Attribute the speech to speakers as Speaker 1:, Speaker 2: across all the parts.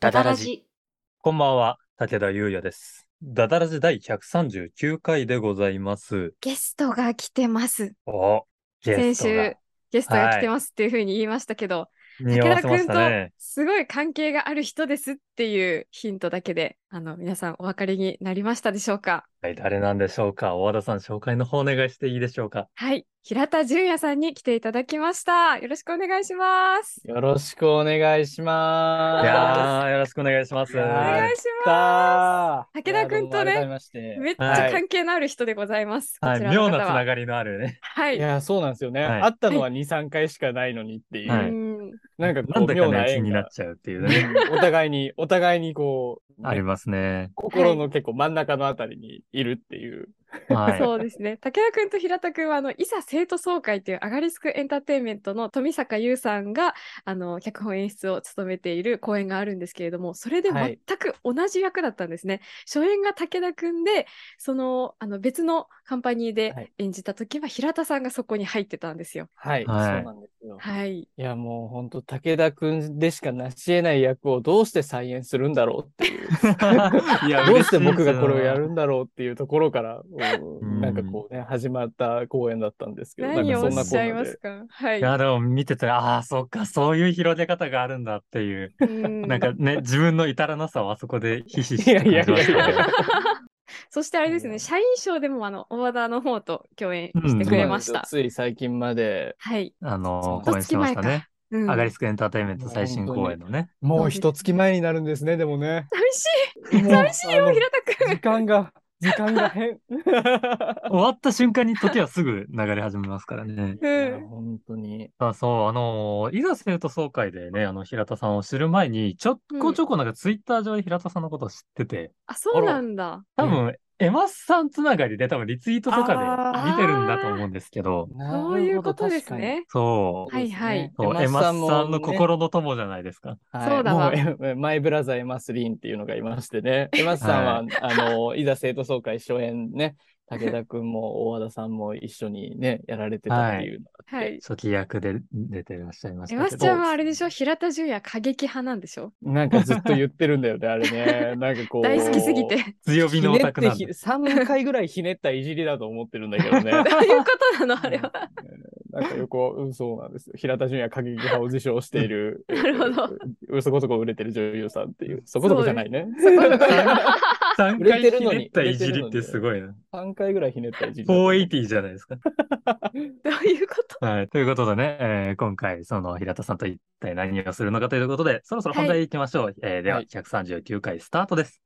Speaker 1: ダダラジ。
Speaker 2: こんばんは、武田優也です。ダダラジ第139回でございます。
Speaker 1: ゲストが来てます。
Speaker 2: お、ゲ
Speaker 1: 先
Speaker 2: スト
Speaker 1: 週
Speaker 2: が、
Speaker 1: ゲストが来てますっていうふうに言いましたけど、
Speaker 2: 匂わせましたね。
Speaker 1: すごい関係がある人ですっていうヒントだけで、あの、皆さんお分かりになりましたでしょうか
Speaker 2: はい、誰なんでしょうか大和田さん、紹介の方お願いしていいでしょうか
Speaker 1: はい。平田純也さんに来ていただきました。よろしくお願いします。
Speaker 3: よろしくお願いしま
Speaker 2: い
Speaker 3: す。
Speaker 2: やー、よろしくお願いします。
Speaker 3: いやー
Speaker 1: お願いしま
Speaker 3: やったー
Speaker 1: 武田君とね
Speaker 3: いやどうも改めまして
Speaker 1: す。めっちゃ関係のある人でございます。
Speaker 2: はい、
Speaker 1: こちらの
Speaker 2: 妙
Speaker 1: 方
Speaker 2: なつ
Speaker 1: は
Speaker 2: ながりのある ね。
Speaker 1: はい。
Speaker 3: いやー、そうなんですよね。
Speaker 2: はい
Speaker 3: 会ったのは2、3回しかないのにっていう、
Speaker 2: はいう
Speaker 1: ーん
Speaker 3: なんか
Speaker 2: な
Speaker 3: こ
Speaker 2: ん
Speaker 3: う、
Speaker 2: だ
Speaker 3: 妙
Speaker 2: か
Speaker 3: な
Speaker 2: ね、気
Speaker 3: 縁
Speaker 2: になっ
Speaker 3: が、
Speaker 2: ちゃうっていうね。
Speaker 3: うんお互いに、お互いにこう、ね
Speaker 2: ありますね。
Speaker 3: 心の結構真ん中のあたりにいるっていう。
Speaker 2: はい。
Speaker 1: そうですね。武田君と平田君は、あの、いざ生徒総会というアガリスクエンターテインメントの富坂優さんが、あの、脚本演出を務めている公演があるんですけれども、それで
Speaker 3: はい
Speaker 1: 全く同じ役だったんですね。初演が武田君で、その、あの、別のカンパニー
Speaker 3: は
Speaker 1: で
Speaker 3: い
Speaker 1: 演じた時は、平田さんがそこに入ってたんですよ。
Speaker 3: はい、
Speaker 2: はい
Speaker 3: そうなんですよ。
Speaker 1: はい。
Speaker 3: いや、もう本当武田君でしか成し得ない役をどうして再演するんだろうっていう。
Speaker 2: いや
Speaker 3: どうして僕がこれをやるんだろうっていうところから、
Speaker 2: う
Speaker 3: うんんなんかこうね、始まった公演だったんですけど、なん
Speaker 1: 何
Speaker 3: か
Speaker 1: を
Speaker 3: そ
Speaker 1: お
Speaker 3: んな
Speaker 1: っ
Speaker 3: こ
Speaker 1: し
Speaker 3: ん
Speaker 1: ゃい
Speaker 3: な
Speaker 1: ま。
Speaker 3: です
Speaker 1: かはいい。
Speaker 2: や、でも見てたら、ああー、そっか、そういう広げ方があるんだっていう。
Speaker 1: うん
Speaker 2: なんかね、自分の至らなさをあそこでひしひし
Speaker 3: いや
Speaker 2: と
Speaker 3: いやい
Speaker 2: 感
Speaker 3: や
Speaker 2: じ
Speaker 3: い
Speaker 2: ましたね
Speaker 3: や。
Speaker 1: そしてあれです
Speaker 3: い
Speaker 1: ね、
Speaker 3: や
Speaker 1: 社員賞でも、あの、大和田の方と共演
Speaker 2: うん
Speaker 1: してくれまし
Speaker 3: そうなん
Speaker 1: た
Speaker 3: で。すよつい最近まで、
Speaker 1: はい。
Speaker 2: あの
Speaker 3: そう
Speaker 2: 公演してましたね。
Speaker 1: うん
Speaker 2: アガリスクエンターテインメント最新公演のね。
Speaker 3: もう一月前になるんですね、でもね。
Speaker 1: 寂しい
Speaker 3: 寂
Speaker 1: しいよ、平田くん。
Speaker 3: 時間が、時間が 変。
Speaker 2: 終わった瞬間に時はすぐ流れ始めますからね。
Speaker 3: いや
Speaker 1: うん
Speaker 3: 本当に。
Speaker 2: あそう、あのー、いざ生徒総会でね、あの、平田さんを知る前に、ちょこちょこなんかツイッター上で平田さんのことを知ってて、
Speaker 1: あ、そうなんだ。
Speaker 2: 多
Speaker 3: ら
Speaker 2: 分、エマスさんつながりで多分リツイートとか
Speaker 3: あ
Speaker 2: で
Speaker 1: ー
Speaker 2: 見てるんだと思うんですけど、
Speaker 1: そういうことです。ね。
Speaker 2: そう。
Speaker 1: はいはい
Speaker 2: そうエ
Speaker 3: エ
Speaker 2: マ
Speaker 3: マ
Speaker 2: ス
Speaker 3: ス
Speaker 2: さ
Speaker 3: さ
Speaker 2: ん
Speaker 3: んも
Speaker 2: の心の友じゃないですか。
Speaker 3: はい
Speaker 1: そうだわ
Speaker 3: もうえマイブラザーエマスリンっていうのがいまし てね。エマスさんは、あの、いざ生徒総会初演ね、武田くんも大和田さんも一緒にね、やられてたっていうのがあっ
Speaker 1: は
Speaker 3: て。
Speaker 1: い。
Speaker 2: 初期役で出てらっしゃいまし
Speaker 1: エ
Speaker 2: た
Speaker 1: マ
Speaker 2: け
Speaker 1: ス
Speaker 2: ど
Speaker 1: ちゃんはあれでしょ平田純也過激派なんでしょ
Speaker 3: なんかずっと言ってるんだよね、あれ ね。なんかこう。
Speaker 1: 大好きすぎ。 て。
Speaker 2: 強火
Speaker 3: ひ
Speaker 2: のオ
Speaker 3: ね
Speaker 2: タ
Speaker 3: っ
Speaker 2: ク
Speaker 3: て
Speaker 2: なん
Speaker 3: ひ
Speaker 2: で。
Speaker 3: 3回ぐらいひねったいじりだと思ってるんだけどね。
Speaker 1: どういうこと なのあれは。
Speaker 3: なんか横、うん、そうなんですよ。平田純也過激派を自称している、
Speaker 1: なるほど
Speaker 3: うんそこそこ売れてる女優さんっていう、そこそこじゃないね。
Speaker 2: 3
Speaker 3: 売れ
Speaker 2: 回
Speaker 3: て
Speaker 2: ひ
Speaker 3: るの
Speaker 2: ねっ
Speaker 3: に
Speaker 2: たいじりってすごいな。
Speaker 3: 3回ぐらいひねったいじりだと思う。
Speaker 2: 480じゃないですか。
Speaker 1: どういうこと
Speaker 2: はい。ということでね、えー今回、その平田さんと一体何をするのかということで、そろそろ本題行きましょう。えーでは、
Speaker 3: はい
Speaker 2: 139回スタートです。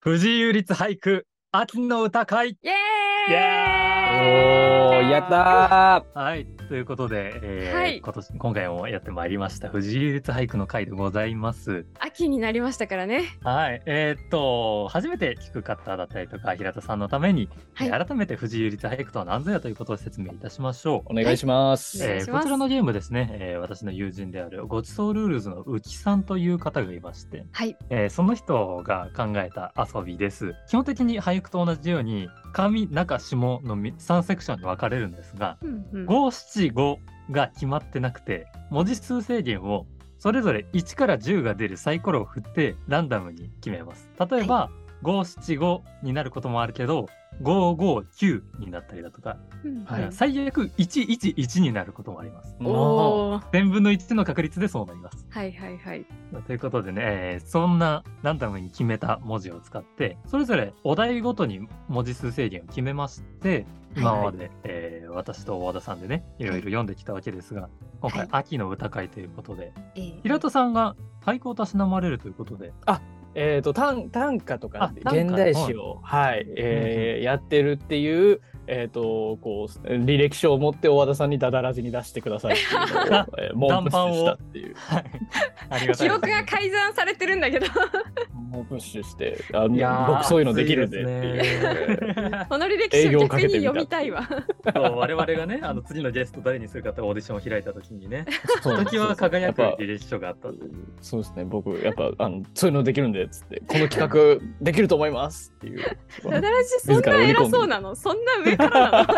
Speaker 2: 藤井有立俳句、秋の歌会。
Speaker 1: イエ
Speaker 2: イ
Speaker 1: ーイ
Speaker 3: おー、やった
Speaker 2: はい。ということで、えー
Speaker 1: はい
Speaker 2: 今年、今回もやってまいりました、藤井有立俳句の会でございます。
Speaker 1: 秋になりましたからね。
Speaker 2: はい、えーっと初めて聞く方だったりとか平田さんのために、
Speaker 1: はい
Speaker 2: えー改めて藤井立俳句とは何ぞやということを説明いたしましょう。
Speaker 3: ーお願いします。
Speaker 1: は
Speaker 2: え
Speaker 1: いお願い
Speaker 2: ー
Speaker 1: しま
Speaker 2: こ
Speaker 1: す
Speaker 2: ちらのゲームですね、えー私の友人であるごちそうルールズの浮さんという方がいまして、
Speaker 1: はい。
Speaker 2: えーその人が考えた遊びです基本的に俳句と同じように上中下の3セクションに分かれるんですが
Speaker 1: うんうん
Speaker 2: 五七五が決まってなくて文字数制限をそれぞれ1から10が出るサイコロを振ってランダムに決めます例えば、五七五になることもあるけど五五九になったりだとか、
Speaker 1: うんうん
Speaker 3: はい
Speaker 2: 最悪一一一になることもあります
Speaker 1: おー。
Speaker 2: 1000分の1の確率でそうなります
Speaker 1: はいはいはい。
Speaker 2: ということでね、えーそんなランダムに決めた文字を使ってそれぞれお題ごとに文字数制限を決めまして今まで、えー私と大和田さんでねいろいろ読んできたわけですが今
Speaker 1: は
Speaker 2: 回
Speaker 1: い
Speaker 2: 秋の歌会ということで、
Speaker 1: えー
Speaker 2: 平田さんが俳句をたしなまれるということで
Speaker 3: えっと短短歌とか
Speaker 2: あ短歌
Speaker 3: 現代詩を、はいえーやってるっていう,、えー、とこう履歴書を持って大和田さんにダダラジに出してくださいっていう のをえー猛プッシュしたっていう
Speaker 2: はいありがたい
Speaker 1: 記録が改ざんされてるんだけ ど、
Speaker 3: 猛プッシュしてあ
Speaker 2: いや
Speaker 3: の
Speaker 2: ー
Speaker 3: 僕そういうのできるんでって
Speaker 2: 熱い
Speaker 3: いう。
Speaker 2: ですね
Speaker 1: この履歴
Speaker 3: 営業
Speaker 1: 書
Speaker 3: をか
Speaker 1: 逆
Speaker 3: け
Speaker 1: に
Speaker 3: てみ
Speaker 1: 読
Speaker 3: た
Speaker 1: みたいわ。
Speaker 2: そう我々がねあの次のゲスト誰にするかってオーディションを開いた時にね
Speaker 3: そう
Speaker 2: ひときわ輝く
Speaker 3: やっぱ
Speaker 2: 履歴書があったんで
Speaker 3: そうですね僕やっぱあのそういうのできるんでで、つって、この企画できると思いますっていう。
Speaker 1: だだらしそんな偉そうなのそんな上からなの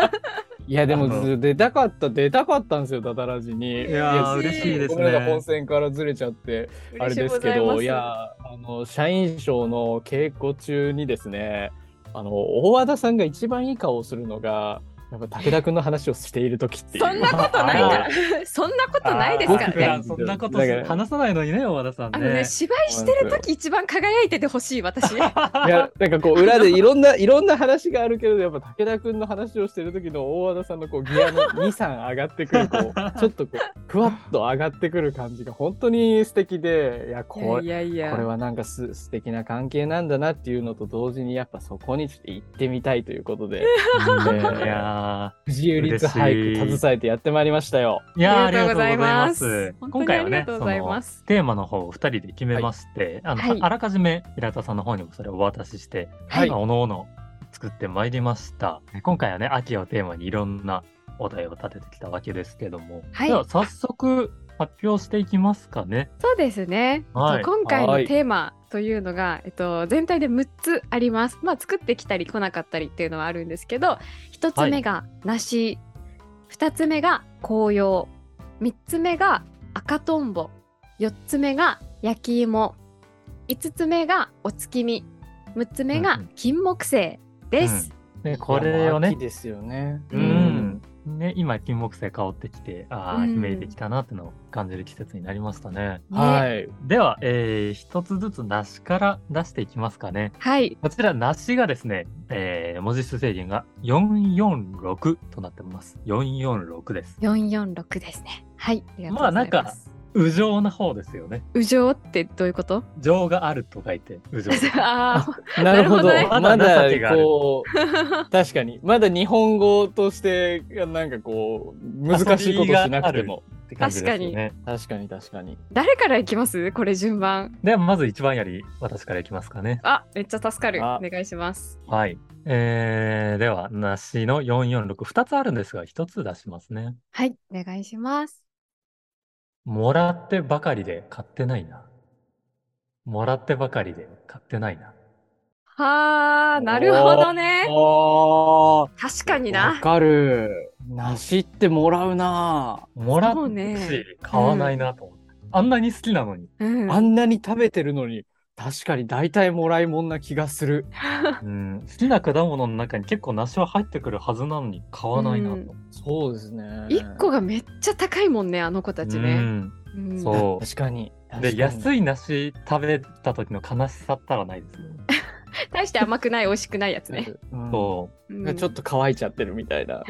Speaker 3: いや、で
Speaker 2: あ
Speaker 3: も
Speaker 2: の
Speaker 3: 出たかった、出たかったんですよ、ダダラジに。
Speaker 2: いやー
Speaker 1: 嬉し
Speaker 2: 嬉し
Speaker 1: い
Speaker 2: いです
Speaker 3: これが
Speaker 2: ね
Speaker 3: 本。戦からずれちゃって、あれ
Speaker 1: 嬉しゅ
Speaker 3: で
Speaker 1: うご
Speaker 3: すけ
Speaker 1: ざいま
Speaker 3: ど、
Speaker 1: す
Speaker 3: いやー、あの、社員賞の稽古中にですね、あの、大和田さんが一番いい顔をするのが、やっぱ武田君の話をしている時っていう。
Speaker 1: そんなことないから、そんなことないですから
Speaker 2: 僕
Speaker 1: ね。
Speaker 2: らそんなことす
Speaker 3: だから
Speaker 2: 話さないのにね、大和田さん
Speaker 1: あのね、
Speaker 2: ね。
Speaker 1: 芝居してる時一番輝いててほしい、私。
Speaker 3: いやなんかこう裏でいろんないろんな話があるけどやっぱ武田君の話をしてる時の大和田さんのこうギアの23上がってくるこうちょっとこうふわっと上がってくる感じが本当に素敵でいやこ
Speaker 1: い
Speaker 3: れ
Speaker 1: やいやいや。
Speaker 3: これはなんかす素敵な関係なんだなっていうのと同時にやっぱそこにちょっと行ってみたいというこ とで
Speaker 2: うん
Speaker 3: ね
Speaker 2: いや
Speaker 3: 藤井律俳句携えてやってまいりましたよ。
Speaker 2: ーいやー
Speaker 1: あ
Speaker 2: あ
Speaker 1: り
Speaker 2: りが
Speaker 1: がと
Speaker 2: とう
Speaker 1: うご
Speaker 2: ござ
Speaker 1: ざい
Speaker 2: い
Speaker 1: ま
Speaker 2: ますす。
Speaker 1: 本当
Speaker 2: 今
Speaker 1: に
Speaker 2: 回
Speaker 1: あり
Speaker 2: は
Speaker 1: が
Speaker 2: ね、
Speaker 1: とう
Speaker 2: そ
Speaker 1: ございま
Speaker 2: の
Speaker 1: す
Speaker 2: テーマの方を2人で決めまして、あの
Speaker 1: はい
Speaker 2: あらかじめ平田さんの方にもそれをお渡しして、
Speaker 3: はい
Speaker 2: おのおの作ってまいりました。今回はね、秋をテーマにいろんなお題を立ててきたわけですけども、
Speaker 1: はい
Speaker 2: では早速発表していきますかね。
Speaker 1: そうですね。
Speaker 2: はい
Speaker 1: えっと今回の
Speaker 3: はい
Speaker 1: テーマというのが、えっと、全体で6つあります。まあ、作ってきたり来なかったりっていうのはあるんですけど、1つ目が梨、2つ目が紅葉、3つ目が赤とんぼ、4つ目が焼き芋、5つ目がお月見、6つ目が金木犀です。
Speaker 2: ね、これを
Speaker 3: いやもう
Speaker 2: ね
Speaker 3: 秋、ですよね。
Speaker 1: う
Speaker 2: うん、ね、今金木犀香ってきて、ああ、
Speaker 1: うん
Speaker 2: 姫できたなってのを感じる季節になりましたね。
Speaker 1: ね
Speaker 3: はい。
Speaker 2: では、えー、一つずつ梨から出していきますかね。
Speaker 1: はい。
Speaker 2: こちら梨がですね、えー、文字数制限が446となってます。446です。
Speaker 1: 446ですね。はい。ありがとうござ
Speaker 2: ま
Speaker 1: い
Speaker 2: あ
Speaker 1: ま
Speaker 2: なんか
Speaker 1: す。
Speaker 2: うじょうな方ですよね。
Speaker 1: うじょうってどういうこと
Speaker 2: 情があると書いて、うじょう。
Speaker 1: あ
Speaker 3: なるほど。
Speaker 1: なる
Speaker 2: ほどね
Speaker 3: ま
Speaker 2: まだ情けが
Speaker 3: だ
Speaker 2: ある
Speaker 3: こ う、確かに。まだ日本語として、なんかこう、難しいことしなくても。
Speaker 2: って感じですよね。
Speaker 3: 確かに確かに。
Speaker 1: 誰からいきますこれ順番。
Speaker 2: では、まず一番やり、私からいきますかね。
Speaker 1: あ、めっちゃ助かる。
Speaker 3: あ
Speaker 1: お願いします。
Speaker 2: はい。えー、では、梨の446、二つあるんですが、一つ出しますね。
Speaker 1: はい、お願いします。
Speaker 2: もらってばかりで買ってないな。もらってばかりで買ってないな。
Speaker 1: はあ、なるほどね。
Speaker 3: あ
Speaker 1: 確かに
Speaker 3: あ、わ
Speaker 1: な。
Speaker 3: かる。梨ってもらうな、
Speaker 2: もらっ
Speaker 1: そう
Speaker 2: て
Speaker 1: ね
Speaker 2: し、買わないなと思って。あんなに好きなのに。
Speaker 1: うん、
Speaker 3: あんなに食べてるのに、確かに大体もらいもんな気がする。
Speaker 2: うん、好きな果物の中に結構梨は入ってくるはずなのに買わないなと。
Speaker 1: うん
Speaker 3: そうですね。
Speaker 1: 一個がめっちゃ高いもんね、あの子たちね。うん
Speaker 2: そ
Speaker 3: 確かに。
Speaker 2: う。で、安
Speaker 3: い。
Speaker 2: い梨食べた時の悲しさったらないですね。
Speaker 1: 大して甘くない、美味しくないやつね。
Speaker 3: うん
Speaker 2: そ
Speaker 1: うん
Speaker 3: ちょっと乾いちゃってるみたい な。
Speaker 2: う。う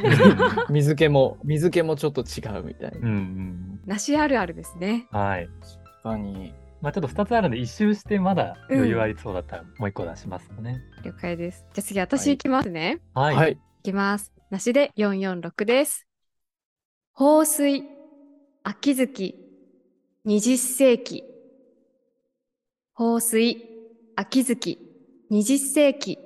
Speaker 3: 水気も、水気もちょっと違うみたいな。
Speaker 2: んうん
Speaker 1: 梨あるあるですね。
Speaker 2: うん。はい。
Speaker 3: 確かに。
Speaker 2: まあちょっと2つあるんで、一周してまだ余裕ありそうだったらもう一個出しますかね。
Speaker 1: 了解です。じゃあ次、
Speaker 3: は
Speaker 1: 私
Speaker 3: い
Speaker 1: いきますね。
Speaker 2: はい。
Speaker 3: はい。
Speaker 1: いきます。梨で446です。放水、秋月、二十世紀。放水、秋月、二十世紀。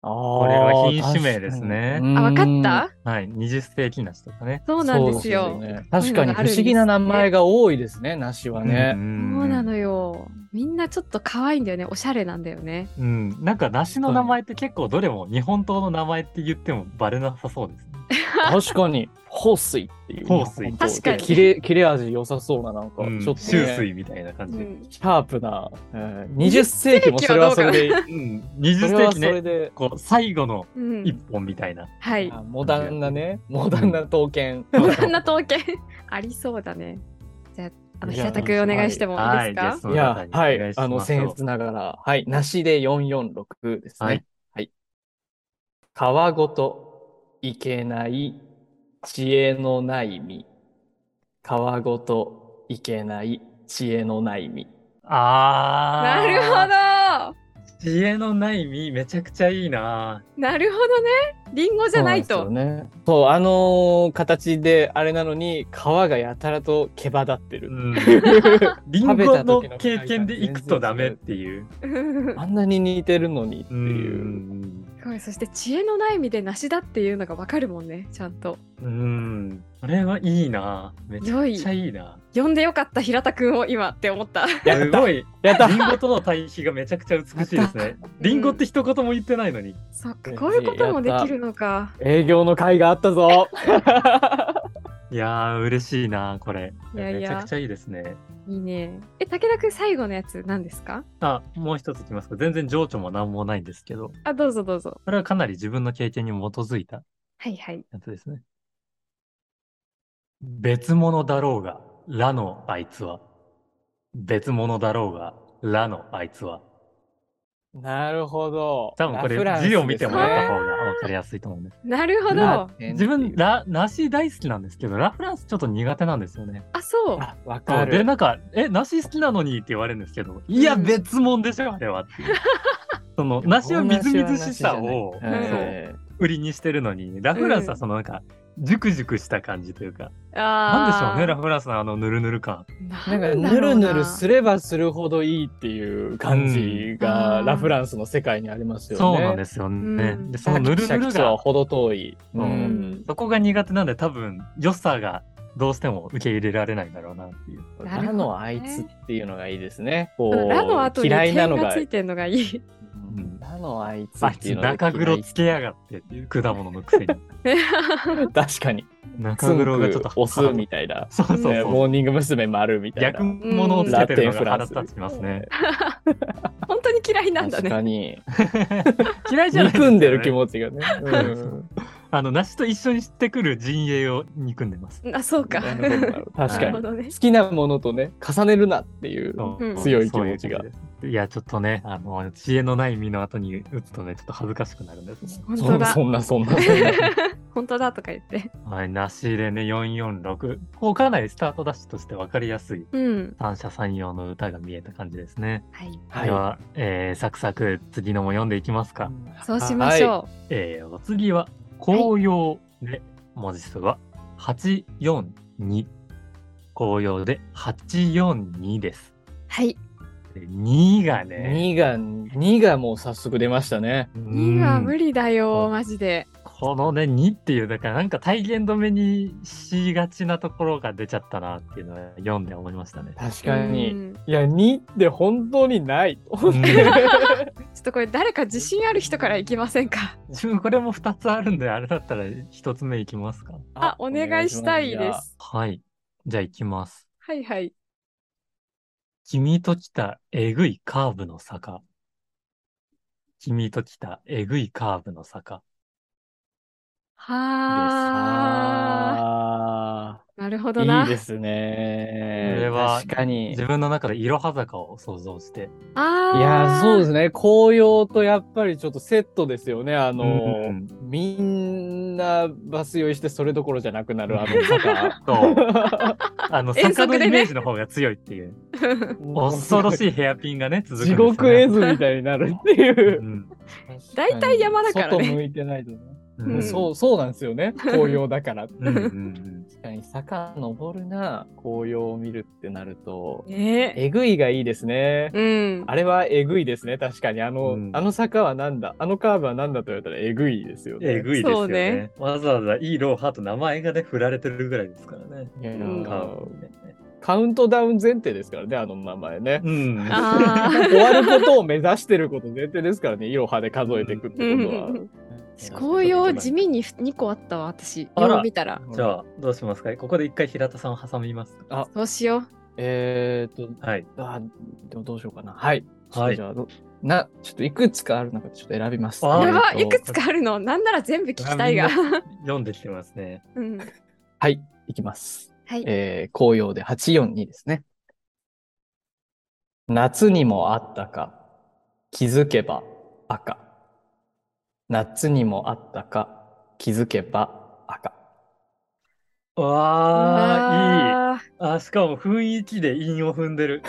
Speaker 3: こ
Speaker 2: れは品種名ですね
Speaker 1: あ、わかった
Speaker 2: はい。20世紀梨とかね。
Speaker 1: そうなんですよ。
Speaker 3: そう
Speaker 1: そう
Speaker 3: ですね確かに不思議な名前が多いですね、梨はね。
Speaker 1: なのよ。みんなちょっと可愛いんだよね。おしゃれなんだよね。
Speaker 2: うん、なんか梨の名前って結構どれも日本刀の名前って言ってもバレなさそうですね。
Speaker 3: 確か に、豊水っていう。
Speaker 2: 豊水
Speaker 1: 確かに
Speaker 3: 切れ、切れ味良さそうな、なんか、
Speaker 2: うん
Speaker 3: ちょっと、
Speaker 2: 秋
Speaker 3: ね、
Speaker 2: 水みたいな感
Speaker 1: う
Speaker 2: じ。うん
Speaker 1: ん、
Speaker 3: シャープな、えー20世紀もそれはそれで、そ
Speaker 2: 20
Speaker 3: れ
Speaker 2: 世
Speaker 3: は
Speaker 2: 紀
Speaker 3: そ
Speaker 2: ね
Speaker 3: れ、で、
Speaker 2: こう最後の
Speaker 1: うん
Speaker 2: 一本みたいな。
Speaker 1: はい。
Speaker 3: あモダンなね、モダンな刀剣。
Speaker 1: 無駄な刀剣 ありそうだね。じゃあ、あの
Speaker 3: いや
Speaker 1: 平田くんお願いしてもいいですか、
Speaker 2: はいです
Speaker 3: いや、は
Speaker 2: お願い
Speaker 3: い
Speaker 2: し、ます
Speaker 3: あの、僭越ながら、はい、梨で446です
Speaker 2: は
Speaker 3: ね。はいい。皮ごと、いけない、知恵のない実。皮ごと、いけない、知恵のない実。
Speaker 2: あ
Speaker 1: な
Speaker 2: ー
Speaker 1: るほ
Speaker 2: ほど。知恵のない実めちゃくちゃいいな。
Speaker 1: どなるほどね。リンゴじゃない
Speaker 3: そ
Speaker 1: と
Speaker 3: う。なんですよね。そう、あのー形で、あれなのに、皮がやたらと毛羽立って
Speaker 2: う
Speaker 3: る。
Speaker 2: ん、リンゴの経験でいくとダメっていう。
Speaker 1: うん
Speaker 3: あんなに似てるのにっていう。
Speaker 2: ん
Speaker 1: す ごいそして知恵のない身で梨だっていうのがわかるもんねちゃんと
Speaker 2: うん。これはいいな。めちゃくちゃいいな。
Speaker 1: 呼んでよかった平田くんを今って思った
Speaker 3: や
Speaker 2: す
Speaker 3: った
Speaker 2: ごい。
Speaker 3: やった
Speaker 2: リンゴとの対比がめちゃくちゃ美しいですね。リンゴって一言も言ってないのに。
Speaker 1: そっかこういうこともできるのか
Speaker 3: 営業の会があったぞ
Speaker 2: いやー嬉しいなこれ。
Speaker 1: いやい
Speaker 2: めちゃ
Speaker 1: や
Speaker 2: くちゃいいですね。
Speaker 1: いいねえ武田くん最後のやつ何ですか
Speaker 2: あもう一ついきますか。全然情緒も何もないんですけど、
Speaker 1: あどうぞどうぞ
Speaker 2: これはかなり自分の経験に基づいた
Speaker 1: はいはい
Speaker 2: やつですね。別物だろうが、らのあいつは。別物だろうが、らのあいつは。
Speaker 3: なるほど
Speaker 2: 多分これ
Speaker 3: ラフランス
Speaker 2: 字を見て
Speaker 3: です
Speaker 2: も
Speaker 3: ね
Speaker 2: らった方が分かりやすいと思うんです。
Speaker 1: なるほど
Speaker 3: な
Speaker 1: あ
Speaker 2: 自分ラ梨大好きなんですけどラ・フランスちょっと苦手なんですよね。
Speaker 1: そう
Speaker 3: あわか
Speaker 2: で
Speaker 3: る
Speaker 2: なんか「え梨好きなのに」って言われるんですけど「いや
Speaker 1: うん
Speaker 2: 別物でしょあれは」って いうその梨はみずみずしさを
Speaker 3: 同じ話じゃない
Speaker 2: そう売りにしてるのにラ・フランスはそのなんかジュクジュクした感じというか、なんでしょ
Speaker 1: あ
Speaker 2: うねラ・フランスのあのヌルヌル感。
Speaker 1: ー
Speaker 3: なんか
Speaker 1: だ
Speaker 3: ぬ
Speaker 1: ろ
Speaker 3: る
Speaker 1: う
Speaker 3: ぬるすればするほどいいっていう感じ
Speaker 1: う
Speaker 3: が
Speaker 1: ん
Speaker 3: ラ・フランスの世界にありますよね。
Speaker 2: そうなんですよね。
Speaker 1: うん
Speaker 2: でそのヌル
Speaker 3: シャ
Speaker 2: ヌ
Speaker 3: キ
Speaker 2: ル
Speaker 3: とは
Speaker 2: が
Speaker 3: ほど遠い。
Speaker 2: う
Speaker 1: うんん
Speaker 2: そこが苦手なんで多分良さがどうしても受け入れられないんだろうなっていう。
Speaker 1: なるほどね
Speaker 3: ラのあいつっていうのがいいですね。こ
Speaker 1: この
Speaker 3: う
Speaker 1: ラの後に
Speaker 3: 嫌い
Speaker 1: 点
Speaker 3: なのが
Speaker 1: がついてんのがいい
Speaker 2: ん
Speaker 3: ラのあいつ
Speaker 2: あ
Speaker 3: っ
Speaker 2: い
Speaker 3: て
Speaker 2: つ
Speaker 3: いうのが
Speaker 2: 中
Speaker 3: 嫌
Speaker 2: 黒
Speaker 3: い
Speaker 2: つけやがってっていう果物のく せに
Speaker 3: 確かに。
Speaker 2: 中
Speaker 3: ツン
Speaker 2: 黒がちょっ
Speaker 3: ク
Speaker 2: と
Speaker 3: オスみたいな。
Speaker 2: そうそうそう、
Speaker 3: ねモーニング娘。丸みたい
Speaker 2: 逆
Speaker 3: な。
Speaker 2: 物をつけてるのが
Speaker 3: ラ
Speaker 2: 腹
Speaker 3: テンフラン
Speaker 2: 立
Speaker 3: ス
Speaker 2: ちますね。
Speaker 1: 本当に嫌いなんだ
Speaker 3: 確
Speaker 1: ね
Speaker 3: かに。
Speaker 2: 嫌いじゃないすよね
Speaker 3: 憎んでる気持 ちがね。うん
Speaker 2: あの梨と一緒にしてくる陣営を憎んでます。
Speaker 1: あそうか
Speaker 3: なるほどなるほど確
Speaker 1: な
Speaker 3: か
Speaker 1: る
Speaker 3: に
Speaker 1: ほ。どね
Speaker 3: 好きなものとね重ねるなっていう
Speaker 2: そう
Speaker 1: うん
Speaker 3: 強い気持ち。が
Speaker 2: そういう感じですいやちょっとねあの知恵のない身の後に打つとねちょっと恥ずかしくなるんですね。
Speaker 1: 本
Speaker 3: そ
Speaker 1: 当
Speaker 3: ん
Speaker 1: だ
Speaker 3: そんなそん な
Speaker 1: 本当だとか言って
Speaker 2: はい梨でね446こうかなりスタートダッシュとして分かりやすい
Speaker 1: うん
Speaker 2: 三者三様の歌が見えた感じですね。
Speaker 1: はい
Speaker 2: では、えーサクサク次のも読んでいきますか。
Speaker 1: そうしまし
Speaker 3: は
Speaker 1: ょ
Speaker 2: えーお次は紅葉で、文字数は842紅葉で842です
Speaker 1: うはい
Speaker 2: で2が
Speaker 3: い
Speaker 2: ね
Speaker 3: 2が2がもう早速出ましたね
Speaker 1: 2は無
Speaker 2: 理
Speaker 1: 理だよマジで
Speaker 2: このね2っていうだからなんか体言止めにしがちなところが出ちゃったなっていうのは読んで思いましたね
Speaker 3: 確か
Speaker 1: う
Speaker 3: に
Speaker 1: んちょ
Speaker 3: いや2って本当にない
Speaker 2: うん
Speaker 1: っとこれ誰か自信ある人からいきませんか
Speaker 2: 自分これも2つあるんであれだったら1つ目いきますか
Speaker 1: あお願いしたいで
Speaker 3: や
Speaker 1: す
Speaker 2: はいじゃあいきます
Speaker 1: はいはい
Speaker 2: 君と来たえぐいカーブの坂。君と来たえぐいカーブの坂。
Speaker 1: はあ
Speaker 3: あ
Speaker 1: なるほど
Speaker 3: ーい
Speaker 1: ない
Speaker 3: ですね
Speaker 2: これは
Speaker 3: 確かにい
Speaker 2: 自分の中でいろは坂を想像して。
Speaker 1: あー
Speaker 3: やそうですね紅葉とやっぱりちょっとセットですよねあの
Speaker 2: うんうん
Speaker 3: みんなバス酔いしてそれどころじゃなくなるあの坂
Speaker 2: そう。 あの、
Speaker 1: 遠
Speaker 2: 坂
Speaker 1: 足
Speaker 2: の
Speaker 1: でね
Speaker 2: イメージの方が強いっていう。恐ろしいヘアピン がね、続くんです
Speaker 3: 地
Speaker 2: よね、
Speaker 3: 獄絵図みたいになるっていう
Speaker 2: う。ん
Speaker 1: 大体山だからね
Speaker 3: 外向いてないとね。
Speaker 2: うん
Speaker 1: うん
Speaker 3: そうそうなんですよね。紅葉だから。
Speaker 2: うんうんうん
Speaker 3: 確かに坂登るな紅葉を見るってなると、
Speaker 1: ね
Speaker 3: えぐいがいいですね。
Speaker 1: うん
Speaker 3: あれはえぐいですね。確かにあの、
Speaker 2: うん
Speaker 3: あの坂はなんだ、あのカーブはなんだと言われたらえぐいですよね。
Speaker 2: えぐいです
Speaker 1: そ
Speaker 2: よ
Speaker 1: う
Speaker 2: ね
Speaker 1: ね
Speaker 2: わざわざいいローハーと名前がね、振られてるぐらいですからね。
Speaker 3: いやいや
Speaker 1: うん
Speaker 2: カーブにね
Speaker 3: カウントダウン前提ですからね、あの名前ね。
Speaker 2: うん。
Speaker 1: あー
Speaker 3: 終わることを目指してること前提ですからね、いろはで数えていくって
Speaker 1: うん
Speaker 3: ことは。
Speaker 1: 紅葉地味に2個あったわ私
Speaker 2: あら
Speaker 1: よう見たら
Speaker 2: じゃあ、どうしますかここで一回平田さんを挟みますか。
Speaker 1: どうしよう
Speaker 3: えーっと、
Speaker 2: はい。
Speaker 3: あでもどうしようかな。はい。
Speaker 2: はい
Speaker 3: ちょっとじゃあどな、ちょっといくつかある中でちょっと選びます。
Speaker 2: あー
Speaker 1: やば
Speaker 2: えっ
Speaker 1: い
Speaker 2: と
Speaker 1: くつかあるのなんなら全部聞きたいが
Speaker 2: あみんな読んできてますね。
Speaker 1: うん
Speaker 3: はい、いきます。
Speaker 1: はい
Speaker 3: えー紅葉で842ですね。夏にもあったか、気づけば赤。夏にもあったか、気づけば赤。
Speaker 2: わあ、いい。
Speaker 1: い
Speaker 2: あ、しかも雰囲気で韻を踏んで る。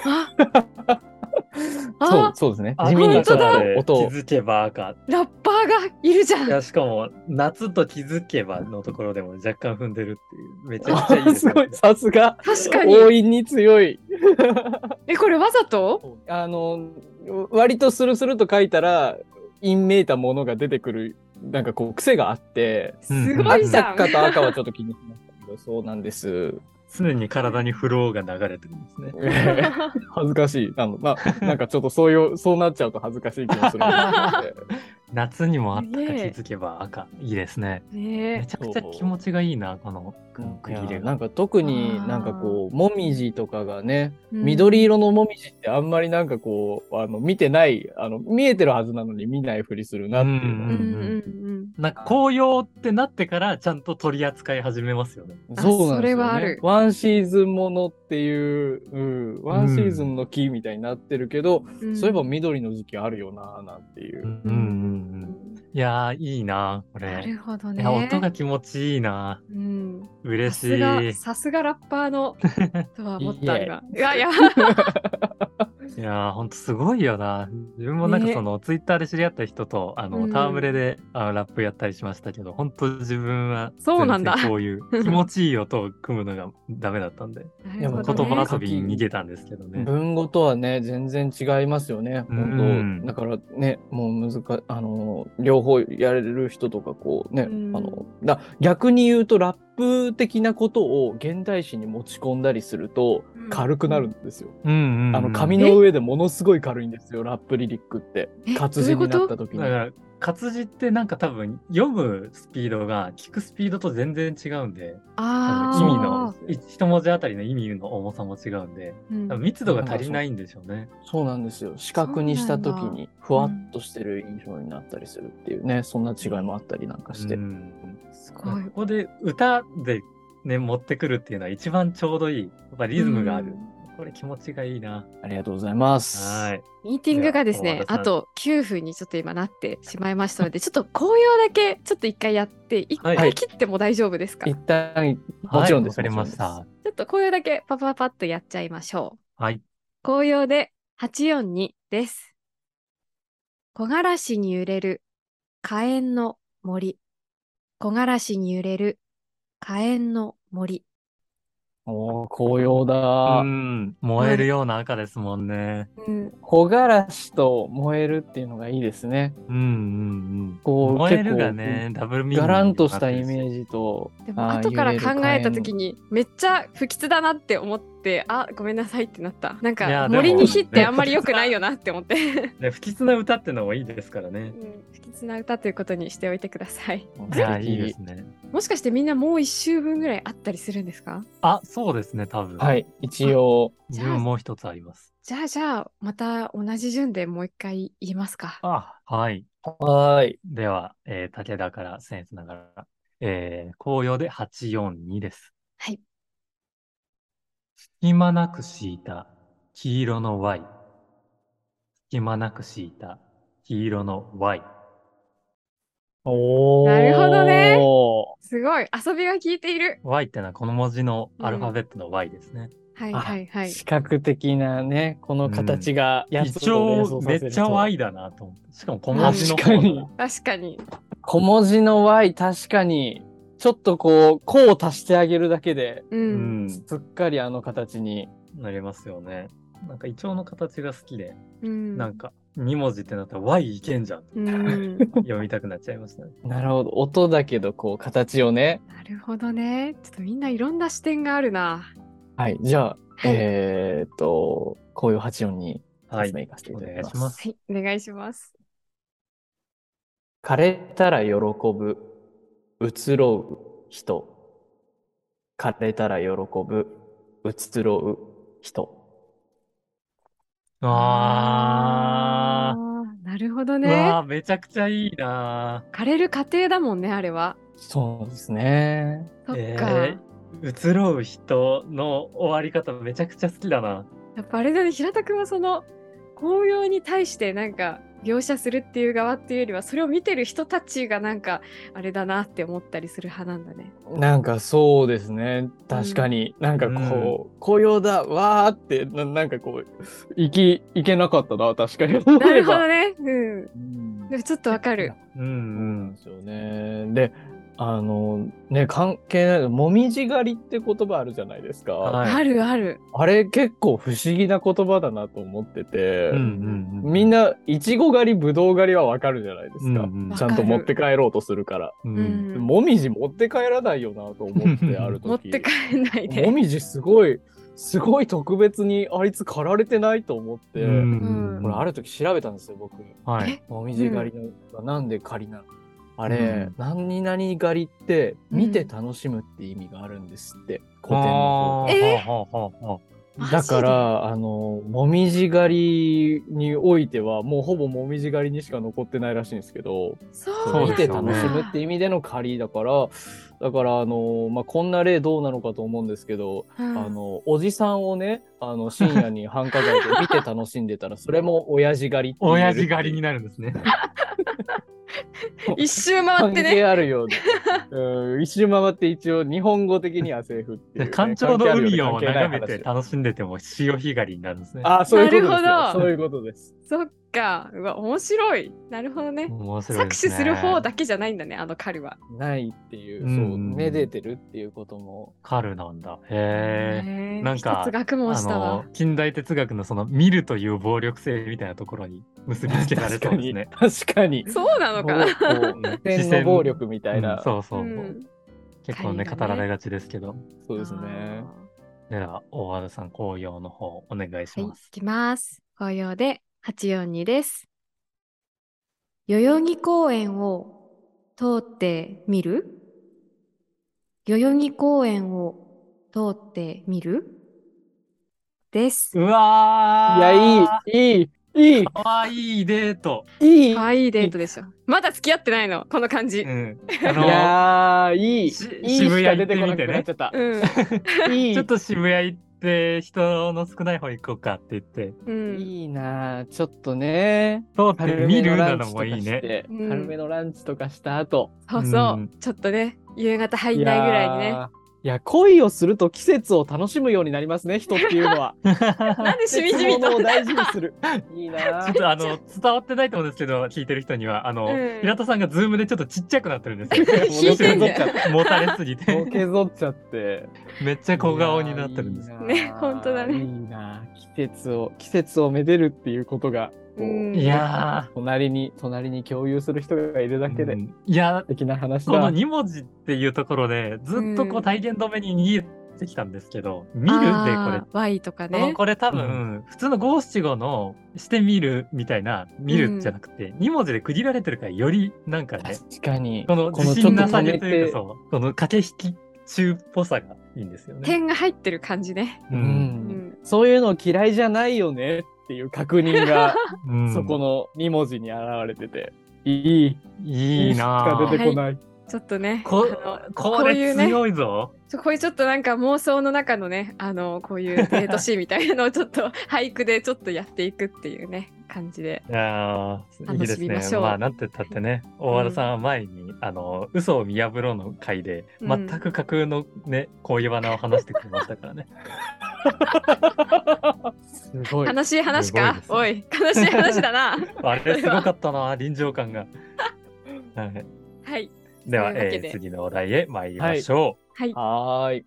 Speaker 1: あ
Speaker 3: そう
Speaker 1: あ、
Speaker 3: そうですね。
Speaker 2: あ
Speaker 3: 地味にちょっとあ
Speaker 2: 本当
Speaker 3: の
Speaker 2: だ
Speaker 3: 音を
Speaker 2: 気。づけば赤。
Speaker 1: ラッパーがいるじゃ
Speaker 2: い
Speaker 1: ん。
Speaker 2: や、しかも、夏と気づけばのところでも若干踏んでるっていう。めちゃくちゃいいです
Speaker 3: す
Speaker 2: ね。
Speaker 3: ごい、さすが。
Speaker 1: 確かに。
Speaker 3: 強引に強い。
Speaker 1: え、これわざと
Speaker 3: あの割とスルスルと書いたら陰めいたものが出てくるなんかこう癖があって
Speaker 1: す
Speaker 2: は
Speaker 1: ごい
Speaker 3: 赤
Speaker 1: じゃん。
Speaker 3: 赤と赤はちょっと気にしましたけどそうなんです
Speaker 2: 常に体にフローが流れてるんですね。
Speaker 3: 恥ずかしいあのまあなんかちょっとそういうそうなっちゃうと恥ずかしい気もするんですけど
Speaker 2: 夏にもあったか
Speaker 1: す
Speaker 2: 気
Speaker 1: げえ
Speaker 2: づけば赤。いいですね。め
Speaker 1: ね
Speaker 2: ちゃくちゃ気持ちがいいな、この区切
Speaker 3: い
Speaker 2: れ
Speaker 3: や
Speaker 2: が。
Speaker 3: なんか特になんかこうもみじとかがね
Speaker 1: うん
Speaker 3: 緑色のもみじってあんまりなんかこうあの見てないあの見えてるはずなのに見ないふりするなっていうのは
Speaker 1: うんうん
Speaker 2: なんか紅葉ってなってからちゃんと取り扱い始めますよね。
Speaker 1: あ
Speaker 3: そうなんですよ、ね、
Speaker 1: それはある
Speaker 3: ワンシーズンものっていう、うん、ワンシーズンの木みたいになってるけど、
Speaker 1: うんうん。
Speaker 3: そういえば緑の時期あるよななんていう。
Speaker 2: うんうんうん、いやーいいなこ
Speaker 1: な
Speaker 2: れ。
Speaker 1: るほど
Speaker 2: い
Speaker 1: ね。
Speaker 2: や音が気持ちいいな
Speaker 1: うん。
Speaker 2: 嬉し
Speaker 1: さす
Speaker 2: い。
Speaker 1: がさすがラッパーのとは思った
Speaker 3: いいえ
Speaker 1: が。いやいや。
Speaker 2: いやーほんとすごいよな。自分もなんか
Speaker 1: ね
Speaker 2: その、ツイッターで知り合った人とあ
Speaker 1: う
Speaker 2: の
Speaker 1: ん
Speaker 2: 戯れで、あのラップやったりしましたけど本当自分は
Speaker 1: そうなんだ
Speaker 2: 全然こういう気持ちいい音を組むのがダメだったんで
Speaker 1: なるほ
Speaker 3: そう
Speaker 1: ど
Speaker 2: 言
Speaker 1: ね
Speaker 2: 葉遊びに逃げたんですけどね。
Speaker 3: 文語とはね全然違いますよね。本当、
Speaker 2: うん
Speaker 3: だからねもう難かあの両方やれる人とかこうね、
Speaker 1: うん
Speaker 3: あのだ逆に言うとラップ的なことを現代史に持ち込んだりすると
Speaker 1: うん
Speaker 3: 軽くなるんですよ。
Speaker 2: うんうんうん
Speaker 3: あの紙の上でものすごい軽いんですよラップリリックって
Speaker 1: え
Speaker 3: 活字にな
Speaker 1: どうい
Speaker 3: っ
Speaker 1: うこ
Speaker 3: た時
Speaker 2: だ
Speaker 3: に
Speaker 2: か。ら活字ってなんか多分読むスピードが聞くスピードと全然違うんで
Speaker 1: あ
Speaker 2: あ
Speaker 1: ー
Speaker 2: の意味
Speaker 3: あ
Speaker 2: の
Speaker 3: ー
Speaker 2: 一一文字あたりの意味の重さも違うんで
Speaker 1: うん
Speaker 2: 多分密度が足りないんでしょうね。
Speaker 3: そうなんですよ。視覚にした時にふわっとしてる印象になったりするっていうね、そんな違いもあったりなんかして。
Speaker 2: うん
Speaker 1: す
Speaker 2: こ
Speaker 1: ごい。
Speaker 2: こで歌でね持ってくるっていうのは一番ちょうどいいやっぱリズムがある、これ気持ちがいいな。
Speaker 3: ありがとうございます。
Speaker 2: はい
Speaker 1: ミーティングがです
Speaker 2: じゃ
Speaker 1: ね
Speaker 2: あ大和
Speaker 1: あ
Speaker 2: さん
Speaker 1: と9分にちょっと今なってしまいましたのでちょっと紅葉だけちょっと一回やって一
Speaker 2: は
Speaker 1: 回
Speaker 2: い
Speaker 1: 切っても大丈夫ですか、
Speaker 3: 一
Speaker 1: ち
Speaker 3: 旦、もちろんです
Speaker 2: はいわ、かりまし
Speaker 3: もちろん
Speaker 2: た。
Speaker 1: ょっと紅葉だけパパパッとやっちゃいましょう。
Speaker 2: はい。
Speaker 1: 紅葉で842です。木枯らしに揺れる火炎の森。木枯らしに揺れる火炎の森。
Speaker 3: おー紅葉だ、
Speaker 2: うん燃えるような赤ですもんね。
Speaker 1: うん、
Speaker 3: 木枯らしと燃えるっていうのがいいですね。
Speaker 2: うんうんう
Speaker 3: こ
Speaker 2: ん。
Speaker 3: う
Speaker 2: 燃えるがね、ダブルミーニング
Speaker 3: がらんとしたイ
Speaker 2: ー
Speaker 3: メージと。
Speaker 1: でも
Speaker 3: あー
Speaker 1: 後から考えた時。
Speaker 3: 揺れる
Speaker 1: にめっちゃ不吉だなって思ってあごめんなさいってなったなん
Speaker 2: いや
Speaker 1: か
Speaker 2: でも
Speaker 1: 森に火ってあんまり良くないよなって思って、
Speaker 2: ジ。で不吉な歌ってのもいいですからね
Speaker 1: う。ん、不吉な歌ということにしておいてください
Speaker 3: 火炎
Speaker 2: いやいいですね。
Speaker 1: もしかしてみんなもう1週分ぐらいあったりするんですか
Speaker 2: あそうですね多分。
Speaker 3: はい、一応。
Speaker 2: 自分もう一つあります。
Speaker 1: じゃあじゃあまた同じ順でもう一回言いますか
Speaker 2: あはい。
Speaker 3: はーい。
Speaker 2: では、えー武田から僭越ながら、えー紅葉で842です。
Speaker 1: はい。
Speaker 2: 隙間なく敷いた黄色の Y。隙間なく敷いた黄色の Y。
Speaker 3: おー
Speaker 1: なるほどね。すごい遊びが効いている
Speaker 2: Y ってのはこの文字のアルファベットの Y ですね。
Speaker 1: はいはいはい
Speaker 3: 視覚的なね、この形がやつ
Speaker 2: 一
Speaker 3: を連
Speaker 2: 応め
Speaker 3: 想させ
Speaker 2: っ
Speaker 3: る
Speaker 2: ちゃ
Speaker 3: と
Speaker 2: Y だなと思って。しかも小文字の方
Speaker 3: 確かに
Speaker 2: だ
Speaker 1: 確かに
Speaker 3: 小文字の Y 確かにちょっとこう「こ」を足してあげるだけで
Speaker 1: う、
Speaker 2: うんん、
Speaker 3: すっかりあの形に
Speaker 2: なりますよね。なんかイチョウの形が好きで、
Speaker 1: うん、
Speaker 2: なんか2文字ってなったら Y いけんじゃん。
Speaker 1: うん
Speaker 2: 読みたくなっちゃいましたね。
Speaker 3: なるほど音だけどこう形をね
Speaker 1: なるほどねちょっとみんないろんな視点があるな
Speaker 3: はいじゃあ、
Speaker 1: い
Speaker 3: えー、っと紅葉8音に
Speaker 2: はい
Speaker 3: 説。明いかせていただ
Speaker 2: お願い
Speaker 3: きます,、
Speaker 2: しま
Speaker 1: はい、お願いします。
Speaker 3: 枯れたら喜ぶ移ろう人枯れたら喜ぶ移ろう人
Speaker 2: あー。
Speaker 1: ーなるほど
Speaker 2: うわ
Speaker 1: ね。
Speaker 2: あめちゃくちゃいいな
Speaker 1: 枯れる過程だもんね、あれは。
Speaker 3: そうですね
Speaker 1: そっか。
Speaker 2: えー移ろう人の終わり方めちゃくちゃ好きだな。
Speaker 1: やっぱあれだね、平田君はその紅葉に対してなんか描写するっていう側っていうよりは、それを見てる人たちがなんかあれだなって思ったりする派なんだね。
Speaker 3: なんかそうですね確かに、なんかこう、紅葉だわーってななんかこう行き行けなかったな確かに思
Speaker 1: な
Speaker 3: え
Speaker 1: るほど
Speaker 3: ば
Speaker 1: ね。うん。
Speaker 3: うん
Speaker 1: でもちょっとわかる。
Speaker 2: う
Speaker 3: そうなんんですよねであのね関係ないもみじ狩りって言葉あるじゃないですか、
Speaker 2: はい
Speaker 1: あるある。
Speaker 3: あれ結構不思議な言葉だなと思ってて、
Speaker 2: うんうん
Speaker 3: みんないちご狩りぶどう狩りはわかるじゃないですか、
Speaker 2: うんうん
Speaker 3: ちゃんと持って帰ろうとするから
Speaker 2: う
Speaker 1: うんん。
Speaker 3: もみじ持って帰らないよなと思ってある時
Speaker 1: 持って帰んない
Speaker 3: も
Speaker 1: で。
Speaker 3: みじすごいすごい特別にあいつ狩られてないと思って、
Speaker 1: うん
Speaker 3: これある時調べたんですよ僕
Speaker 2: はい。
Speaker 3: もみじ狩りの、なんで狩りなのあ
Speaker 2: う
Speaker 3: れ、
Speaker 2: ん
Speaker 3: 何々狩りって
Speaker 1: うん
Speaker 3: 見て楽しむって意味があるんですって、古典の
Speaker 2: あ
Speaker 1: え
Speaker 2: ーはあはあは
Speaker 1: マジ
Speaker 3: 方
Speaker 1: で
Speaker 3: だからあのもみじ狩りにおいてはもうほぼもみじ狩りにしか残ってないらしいんですけど
Speaker 1: そう
Speaker 2: なんだ
Speaker 3: 見て楽しむって意味での狩りだからだからあの、まあ、こんな例どうなのかと思うんですけど、
Speaker 1: うん
Speaker 3: あのおじさんをねあの深夜に繁華街で見て楽しんで たらそれも親父狩りって
Speaker 2: あ
Speaker 3: 言える
Speaker 2: 親
Speaker 3: っていう
Speaker 2: 父狩りになるんですね。
Speaker 1: 一周回って
Speaker 3: 関係
Speaker 1: ね。
Speaker 3: あるようで、うん、一周回って一応日本語的にはセーフっていうね、
Speaker 2: 干潮の海を
Speaker 3: 関係あるよう
Speaker 2: 眺
Speaker 3: で
Speaker 2: めて楽しんでても潮干狩りになるんですね。
Speaker 3: あそういうことです
Speaker 1: なる
Speaker 3: よ
Speaker 1: ほど
Speaker 3: そういうことです
Speaker 1: そっか。うわ、面白い。なるほどね。
Speaker 2: 面白い
Speaker 1: 搾
Speaker 2: で
Speaker 1: 取
Speaker 2: すね。
Speaker 1: する方だけじゃないんだね、あの狩りは。
Speaker 3: ないっていう
Speaker 2: うん
Speaker 3: そうめでてるっていうことも
Speaker 2: 狩るなんだ。へえ。
Speaker 1: ねえ
Speaker 2: なんか
Speaker 1: 一つ学問
Speaker 2: あ
Speaker 1: したわ
Speaker 2: の。近代哲学のその見るという暴力性みたいなところに結びつけられ
Speaker 3: 確
Speaker 2: そ
Speaker 3: か
Speaker 2: うです
Speaker 3: に
Speaker 2: ね。
Speaker 3: 確かに
Speaker 1: そうなのかな。
Speaker 3: もうこう天の暴力みたい
Speaker 2: うん
Speaker 3: な、
Speaker 2: そうそう、
Speaker 1: うん
Speaker 2: 結構ね
Speaker 1: 狩りが
Speaker 2: 語
Speaker 1: ね
Speaker 2: られがちですけど。
Speaker 3: そうですね
Speaker 2: では大和田さん紅葉の方お願いし
Speaker 1: はい、い
Speaker 2: ます。
Speaker 1: きます。紅葉で842です。代々木公園を通ってみる代々木公園を通ってみるです。
Speaker 2: うわ
Speaker 3: い
Speaker 2: ー
Speaker 3: やいいいいいい
Speaker 2: 可愛いデート。
Speaker 3: いい
Speaker 1: 可愛いデートでしょ。まだ付き合ってないの、この感じ。
Speaker 2: うん。
Speaker 3: い
Speaker 2: あ
Speaker 3: やーいいいい
Speaker 2: し
Speaker 3: しか出てこな くなっちゃった、
Speaker 1: うん。
Speaker 3: い
Speaker 2: の
Speaker 3: い
Speaker 2: ちょっと渋谷行って人の少ない方行こうかって言って
Speaker 1: うん。
Speaker 3: いいなあちょっとね
Speaker 2: 通って
Speaker 3: 軽め
Speaker 2: 見
Speaker 3: の
Speaker 2: る
Speaker 3: ラ
Speaker 2: な
Speaker 3: ン
Speaker 2: の
Speaker 3: チと
Speaker 2: も
Speaker 3: か
Speaker 2: いい
Speaker 3: し
Speaker 2: ね。
Speaker 3: て
Speaker 1: うん
Speaker 3: 軽めのランチとかした後、
Speaker 1: そうそう。
Speaker 2: うん
Speaker 1: ちょっとね、夕方入んないぐらいに
Speaker 3: や
Speaker 1: ね。
Speaker 3: ーいや恋をすると季節を楽しむようになりますね人っていうのは
Speaker 1: なんで しみじみ
Speaker 3: 季節
Speaker 1: と。
Speaker 3: を大事にするいいな
Speaker 2: ちょっ
Speaker 3: あ
Speaker 2: とあの伝わってないと思うんですけど聞いてる人にはあの、
Speaker 1: うん
Speaker 2: 平田さんがズームでちょっとちっちゃくなってるんですよ。
Speaker 1: 引いてんじゃん
Speaker 2: ちょっともたれすぎ
Speaker 3: も
Speaker 2: て
Speaker 3: う削っちゃって
Speaker 2: めっちゃ 小顔になってるんです。
Speaker 3: いやー
Speaker 1: ね本当だね
Speaker 3: いいなあ季節を季節をめでるっていうことがこう、
Speaker 1: うん
Speaker 2: いや
Speaker 3: 隣に隣に共有する人がいるだ
Speaker 2: ー、
Speaker 3: けで
Speaker 2: うんいや
Speaker 3: 素敵な話
Speaker 2: この
Speaker 3: だ、
Speaker 2: 2文字っていうところでずっとこ
Speaker 1: う
Speaker 2: うん体言止めに逃げてきたんですけど「見る」でこれ
Speaker 1: あーワイとか
Speaker 2: この
Speaker 1: ね。
Speaker 2: これ多分、普通の五七五のしてみるみたいな見るじゃなくて、二文字で区切られてるからよりなんかね
Speaker 3: 確かに
Speaker 2: この
Speaker 3: この
Speaker 2: 自
Speaker 3: ちょっ
Speaker 2: 信
Speaker 3: と
Speaker 2: なさ
Speaker 3: 止め
Speaker 2: げとい
Speaker 3: て
Speaker 2: うかそうこの駆け引き中っぽさがいいんですよね。
Speaker 1: 点が入ってる感じね。
Speaker 2: う
Speaker 3: うん
Speaker 1: うんん。
Speaker 3: そういうの嫌いじゃないよねっていう確認 が
Speaker 2: うん
Speaker 3: そこの2文字に現れてて、いい
Speaker 2: いいな
Speaker 3: しか
Speaker 2: ぁ
Speaker 3: 出てこない、
Speaker 1: ちょっとね。
Speaker 2: こ
Speaker 1: あの
Speaker 2: これ強いぞ。
Speaker 1: ちょこういうちょっとなんか妄想の中のねあのこういうデ ートシーンみたいなのをちょっと俳句でちょっとやっていくっていうね感じで
Speaker 2: いやーいいです
Speaker 1: 楽しみまし
Speaker 2: ね。
Speaker 1: ょう
Speaker 2: まあなんて言ったってね、大和田さんは前に、あの嘘を見破ろうの回で、
Speaker 1: う
Speaker 2: 全
Speaker 1: ん
Speaker 2: く架空のね恋バナを話してくれました からね。
Speaker 3: すごい
Speaker 1: 悲しい話か
Speaker 2: す
Speaker 1: お
Speaker 2: ご
Speaker 1: い悲しい話だ な
Speaker 2: あれすごかったな臨場感が。はい
Speaker 1: はい
Speaker 2: では
Speaker 1: というわけで
Speaker 2: えー次のお題へ参りましょ。
Speaker 1: はい
Speaker 3: はーいう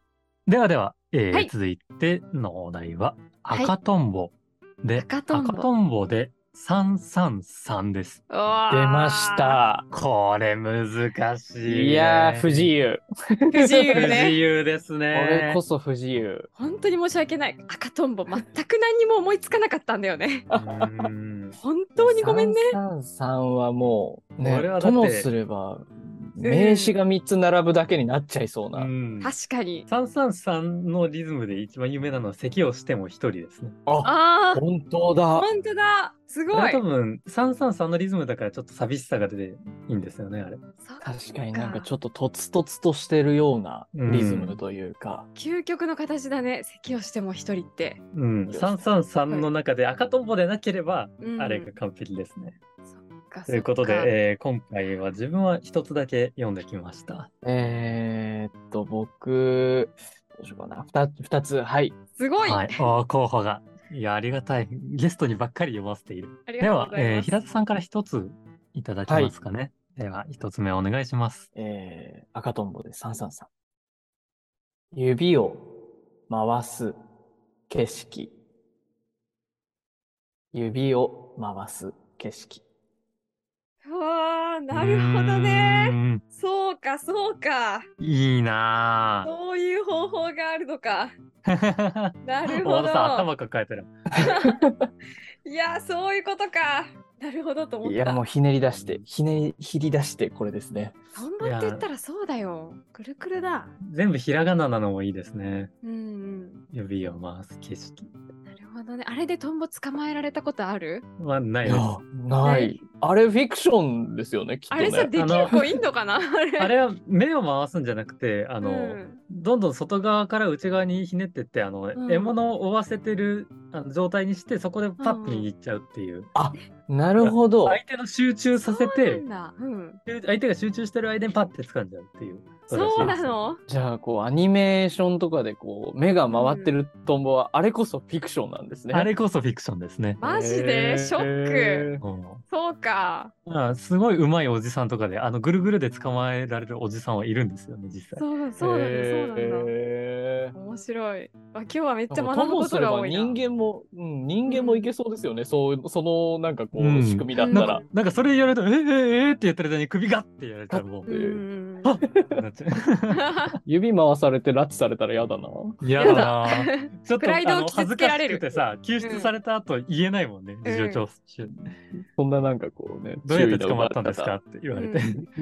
Speaker 2: ではでは、えー
Speaker 1: はい
Speaker 2: 続いてのお題は
Speaker 1: はい
Speaker 2: 赤とんぼで、
Speaker 1: 赤とんぼ
Speaker 2: 赤とんぼで三三三です。
Speaker 1: 出ま
Speaker 3: 出ました
Speaker 2: これ難しい、ね。
Speaker 3: いやー不自由
Speaker 1: 不自
Speaker 2: 不
Speaker 1: 由
Speaker 2: 自
Speaker 1: ね
Speaker 2: 由です
Speaker 3: こ
Speaker 2: ね。
Speaker 3: れこそ不自由
Speaker 1: 本当に申し訳ない赤とんぼ全く何にも思いつかなかったんだよね
Speaker 2: うーん
Speaker 1: 本当にごめんね
Speaker 3: 333はもう
Speaker 2: こ
Speaker 3: ね
Speaker 2: れはだって
Speaker 3: ともすれば名詞が3つ並ぶだけになっちゃいそうな、
Speaker 2: うん
Speaker 1: 確かに
Speaker 2: 333のリズムで一番有名なのは咳をしても一人ですね。
Speaker 3: あ
Speaker 1: あー
Speaker 3: 本当だ
Speaker 1: 本当だす
Speaker 2: こ
Speaker 1: ご
Speaker 2: れ
Speaker 1: い
Speaker 2: 多分333のリズムだからちょっと寂しさが出ていいんですよね、あれ。
Speaker 1: そう
Speaker 3: 確かになんかちょっととつとつとしてるようなリズムというか、
Speaker 1: 究極の形だね咳をしても一人って、
Speaker 2: うん。333の中で赤とんぼでなければ、
Speaker 1: うん
Speaker 2: あれが完璧ですね。
Speaker 1: か
Speaker 2: ということ
Speaker 1: そっか
Speaker 2: で、えー今回は自分は一つだけ読んできました。
Speaker 3: えー、っと僕どうしようかな 2, 二つはい
Speaker 1: すごい、
Speaker 2: はい。おー候補が。いや、ありがたい。 ゲストにばっかり読ませている。
Speaker 1: あり
Speaker 2: で
Speaker 1: がとう
Speaker 2: は
Speaker 1: ご、ざい
Speaker 2: えー
Speaker 1: ます
Speaker 2: 平田さんから一ついただきますかね。では、一つ目お願いします。
Speaker 3: えー、赤とんぼで333。指を回す景色。指を回す景色。
Speaker 1: あーなるほどね。
Speaker 2: う
Speaker 1: そうかそうか。
Speaker 2: ーん。いいな
Speaker 1: そういう方法があるのか。
Speaker 2: ぁ。
Speaker 1: なる
Speaker 2: 大
Speaker 1: ほ
Speaker 2: 和さん
Speaker 1: ど。
Speaker 2: 頭抱えてる。
Speaker 1: いやそういうことか。なるほどと思った。
Speaker 3: いや、もうひねり出して、ひねり、ひり出してこれですね。
Speaker 1: トンボって言ったらそうだよ。くるくるだ。
Speaker 2: 全部ひらがななのもいいですね。
Speaker 1: うんうん。
Speaker 2: 指を回す景色。
Speaker 1: なるほどね。あれでトンボ捕まえられたことある？
Speaker 2: まあ、ない
Speaker 3: い
Speaker 2: です。
Speaker 3: や、ない。あれフィクションですよね、きっと
Speaker 1: あ
Speaker 3: ね。
Speaker 1: れさできる子いんのかな？あれ。
Speaker 2: あれは目を回すんじゃなくて、あ
Speaker 1: あ
Speaker 2: の、どんどん外側から内側にひねってって、あの、
Speaker 1: ん
Speaker 2: 獲物を追わせてるあの状態にして、そこでパッと握っちゃうっていう。
Speaker 3: なるほど。
Speaker 2: 相手の集中させて
Speaker 1: そう、なんだ。うん。
Speaker 2: 相手が集中してる間にパッて掴んじゃうっていう。
Speaker 1: そう
Speaker 2: ら
Speaker 1: な
Speaker 2: しいです
Speaker 1: の。
Speaker 3: じゃあ、こう、アニメーションとかで、こう、目が回ってるトンボは、あれこそフィクションなんですね。
Speaker 2: あれこそフィクションですね。
Speaker 1: マジでショック。
Speaker 3: へー
Speaker 2: うん
Speaker 1: そうか。
Speaker 2: まあ、すごい上手いおじさんとかで、あの、ぐるぐるで捕まえられるおじさんはいるんですよね、実際。
Speaker 1: そうなんだ。そうなんだ。そうなんだ。
Speaker 3: へー
Speaker 1: 面白い。あ、今日はめっちゃ
Speaker 3: なんか
Speaker 1: 学ぶことが
Speaker 3: とも
Speaker 1: 多
Speaker 3: す
Speaker 1: い
Speaker 3: れ
Speaker 1: な。
Speaker 3: ば人間も、うん、人間もいけそうですよね。そう、その、なんかこ
Speaker 2: う
Speaker 3: う、
Speaker 2: ん
Speaker 3: 仕組みだっ
Speaker 1: うん
Speaker 3: た
Speaker 2: な
Speaker 3: ら。
Speaker 2: んか、なんかそれ言われると、ええええって言った間に首がってやられたらも
Speaker 1: うんうんうん。
Speaker 2: う、なっちゃう。
Speaker 3: 指回されて拉致されたら嫌だな。
Speaker 2: 嫌だなぁ。 ちょっ
Speaker 1: プ
Speaker 2: と
Speaker 1: ライドを
Speaker 2: あの
Speaker 1: 傷つけ
Speaker 2: 恥ずから
Speaker 1: れ
Speaker 2: し
Speaker 1: る
Speaker 2: くてさ、救出された後言えないもんね、事情聴取。
Speaker 3: そんななんかこうね、
Speaker 2: どうやっ
Speaker 3: 注
Speaker 2: て
Speaker 3: 意の
Speaker 2: 捕まったんです
Speaker 3: 奪わ
Speaker 2: か
Speaker 3: れ
Speaker 2: って言われて、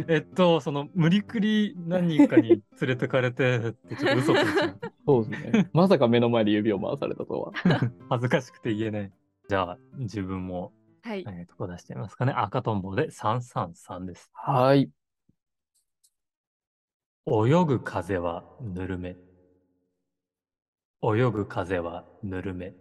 Speaker 2: えっと、その無理くり何人かに連れてかれて、ってちょっと嘘ついちゃう。
Speaker 3: そうです ね。まさか目の前で指を回されたとは。
Speaker 2: 恥ずかしくて言えない。じゃあ、自分も、
Speaker 1: はい
Speaker 2: え。ー、とこ出してみますかね。赤とんぼで333です。
Speaker 3: はい。
Speaker 2: 泳ぐ風はぬるめ。泳ぐ風はぬるめ。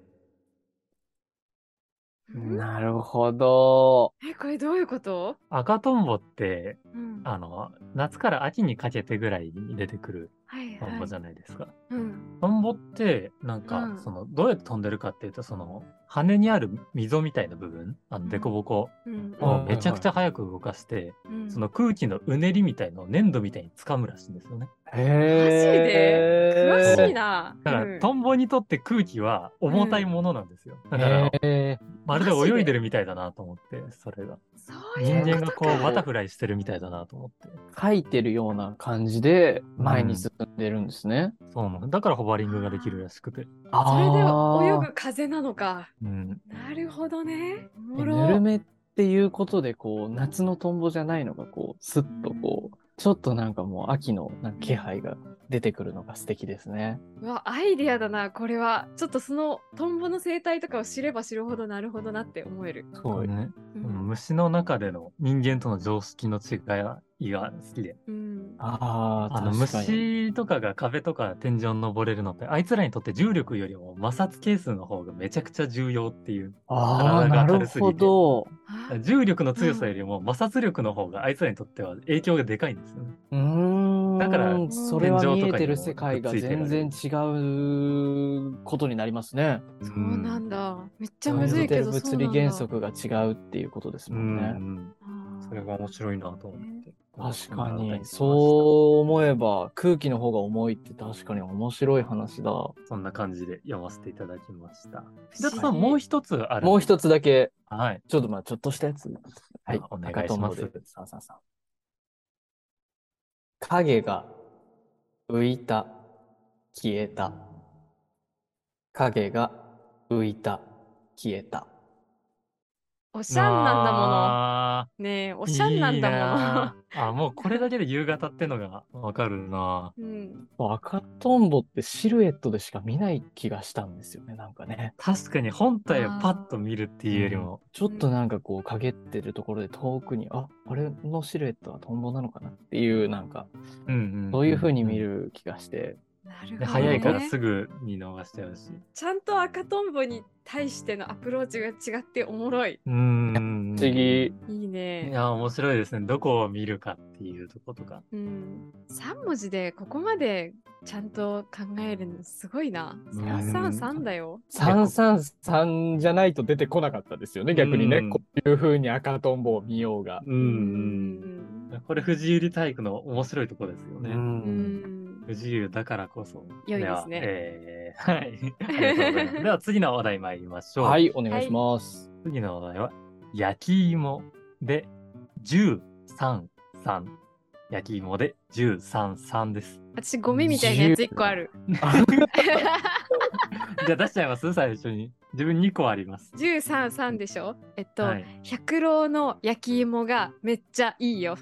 Speaker 1: ん
Speaker 3: なるほど。
Speaker 1: え、これどういうこと？
Speaker 2: 赤とんぼって、
Speaker 1: うん。は
Speaker 2: あの、夏から秋にかけてぐらいに出てくる
Speaker 1: い
Speaker 2: ト
Speaker 1: は
Speaker 2: ン
Speaker 1: い
Speaker 2: ボじ。ゃないですか。
Speaker 1: うん。
Speaker 2: トンボってなんか、
Speaker 1: うん
Speaker 2: そのどうやって飛んでるかっていうとその羽にある溝みたいな部分あ
Speaker 1: うん
Speaker 2: の凸凹
Speaker 1: うん。
Speaker 3: あ
Speaker 2: をめちゃくちゃ速く動かして、
Speaker 1: うん
Speaker 2: その空気のうねりみたいのを粘土みたいに掴むらしいんですよね
Speaker 3: へー。
Speaker 1: 詳しいな。
Speaker 2: だから、
Speaker 1: うん
Speaker 2: トンボにとって空気は重たいものなんですよ、だから、
Speaker 3: へー
Speaker 2: まるで泳いでるみたいだなと思ってそれが
Speaker 1: そう
Speaker 2: 人
Speaker 1: いう
Speaker 2: 間
Speaker 1: こ
Speaker 2: が
Speaker 1: と
Speaker 2: こ
Speaker 1: か。
Speaker 2: うバタフライしてるみたいだなと思って
Speaker 3: 書いてるような感じで前に進んでるんですね。
Speaker 2: そうなのだからホバリングができるらしくて、
Speaker 1: それで
Speaker 3: あ
Speaker 1: 泳ぐ風なのか。
Speaker 2: うん、
Speaker 1: なるほどね。お
Speaker 3: ー
Speaker 1: も
Speaker 3: ぬる
Speaker 1: ろ。
Speaker 3: めっていうことでこう夏のトンボじゃないのがこうスッとこうちょっとなんかもう秋のなんか気配が出てくるのが素敵ですね。
Speaker 1: うわアイディアだなこれはちょっとそのトンボの生態とかを知れば知るほどなるほどなって思える、
Speaker 3: すごい。
Speaker 2: ね
Speaker 1: う
Speaker 2: うん
Speaker 1: ん
Speaker 2: 虫の中での人間との常識の違いが好きで
Speaker 1: うん
Speaker 3: あ
Speaker 2: あ
Speaker 3: あ
Speaker 2: の
Speaker 3: 確かに。
Speaker 2: 虫とかが壁とか天井に登れるのってあいつらにとって重力よりも摩擦係数の方がめちゃくちゃ重要っていう
Speaker 3: ああ
Speaker 2: 体が
Speaker 3: な
Speaker 2: 当た
Speaker 3: る
Speaker 2: りすぎ
Speaker 3: ほ
Speaker 2: て
Speaker 3: ど。
Speaker 1: あ
Speaker 2: 重力の強さよりも摩擦力の方があいつらにとっては影響がでかいんですよね。
Speaker 3: うーん。
Speaker 2: だから
Speaker 3: それは見えてる
Speaker 2: 天井とかにも
Speaker 3: 世界が
Speaker 2: くっついてられ
Speaker 3: 全
Speaker 2: る
Speaker 3: 然違うことになりますね。
Speaker 1: そうなんだ、めっちゃ
Speaker 2: うん
Speaker 1: むずいけど
Speaker 3: 感じ
Speaker 1: そう
Speaker 3: て
Speaker 1: なん
Speaker 3: る物
Speaker 1: だ
Speaker 3: 理原則が違うっていうことです
Speaker 2: う
Speaker 3: もんね。
Speaker 2: ん
Speaker 1: あー
Speaker 2: それが面白いなと思って。
Speaker 3: 確かに、
Speaker 2: う。
Speaker 3: そう思えば空気の方が重いって確かに面白い話だ。も
Speaker 2: そんな感じで読ませていただきました。
Speaker 1: 不思
Speaker 2: 平
Speaker 1: 議
Speaker 2: 田さん、もう一つある。
Speaker 3: う一
Speaker 2: つ。
Speaker 3: つだけ、
Speaker 2: はい。
Speaker 3: ちょっとまあちょっとしたやつ。はい、
Speaker 2: お願いします
Speaker 3: 赤トンボでさんさんさん影が浮いた、消えた。影が浮いた、消えた。
Speaker 1: おしゃんなんだもの
Speaker 2: の。
Speaker 1: ねえおしゃんなんだもの
Speaker 2: いいなあ。あ、もうこれだけで夕方ってのがわかるな。
Speaker 1: うん、
Speaker 3: もう赤トンボってシルエットでしか見ない気がしたんですよね、なんかね。
Speaker 2: 確かに本体をパッと見るっていうよりも、
Speaker 3: ちょっとなんかこう、陰ってるところで遠くに、あ、あれのシルエットはトンボなのかなっていう、なんか、
Speaker 2: うんうんん
Speaker 3: そういう風に見。る気がして、
Speaker 1: なるほど、
Speaker 2: で
Speaker 1: ね、
Speaker 2: 早いからすぐ見逃しちゃうし。
Speaker 1: ちゃんと赤とんぼに対してのアプローチが違っておもろいう
Speaker 2: ーん。
Speaker 3: 不思議。
Speaker 1: いい
Speaker 2: い
Speaker 1: ね、
Speaker 2: や、面白いですね。どこを見るかっていうとことか。
Speaker 1: うん、3文字でここまでちゃんと考えるのすごいな
Speaker 2: うん
Speaker 1: 333だよ
Speaker 3: 333じゃないと出てこなかったですよね、逆にね。
Speaker 2: うん
Speaker 3: こういう風に赤トンボを見ようが。
Speaker 2: う。
Speaker 1: うんん
Speaker 2: これ藤井流体育の面白いところですよね。
Speaker 1: う。ん。
Speaker 2: 藤井流だからこそ。
Speaker 1: 良いですね
Speaker 2: はえー はい。ありがとうございますでは次の話題参りましょう。
Speaker 3: はい、お願いします。
Speaker 2: 次の話題は、焼き芋で133。焼き芋で133です。
Speaker 1: 私ゴミみたいなやつ一個ある。
Speaker 2: じゃあ出しちゃいます最初に。自分2個あります。
Speaker 1: 十三三でしょ。えっと、
Speaker 2: はい、
Speaker 1: 百郎の焼き芋がめっちゃいいよ。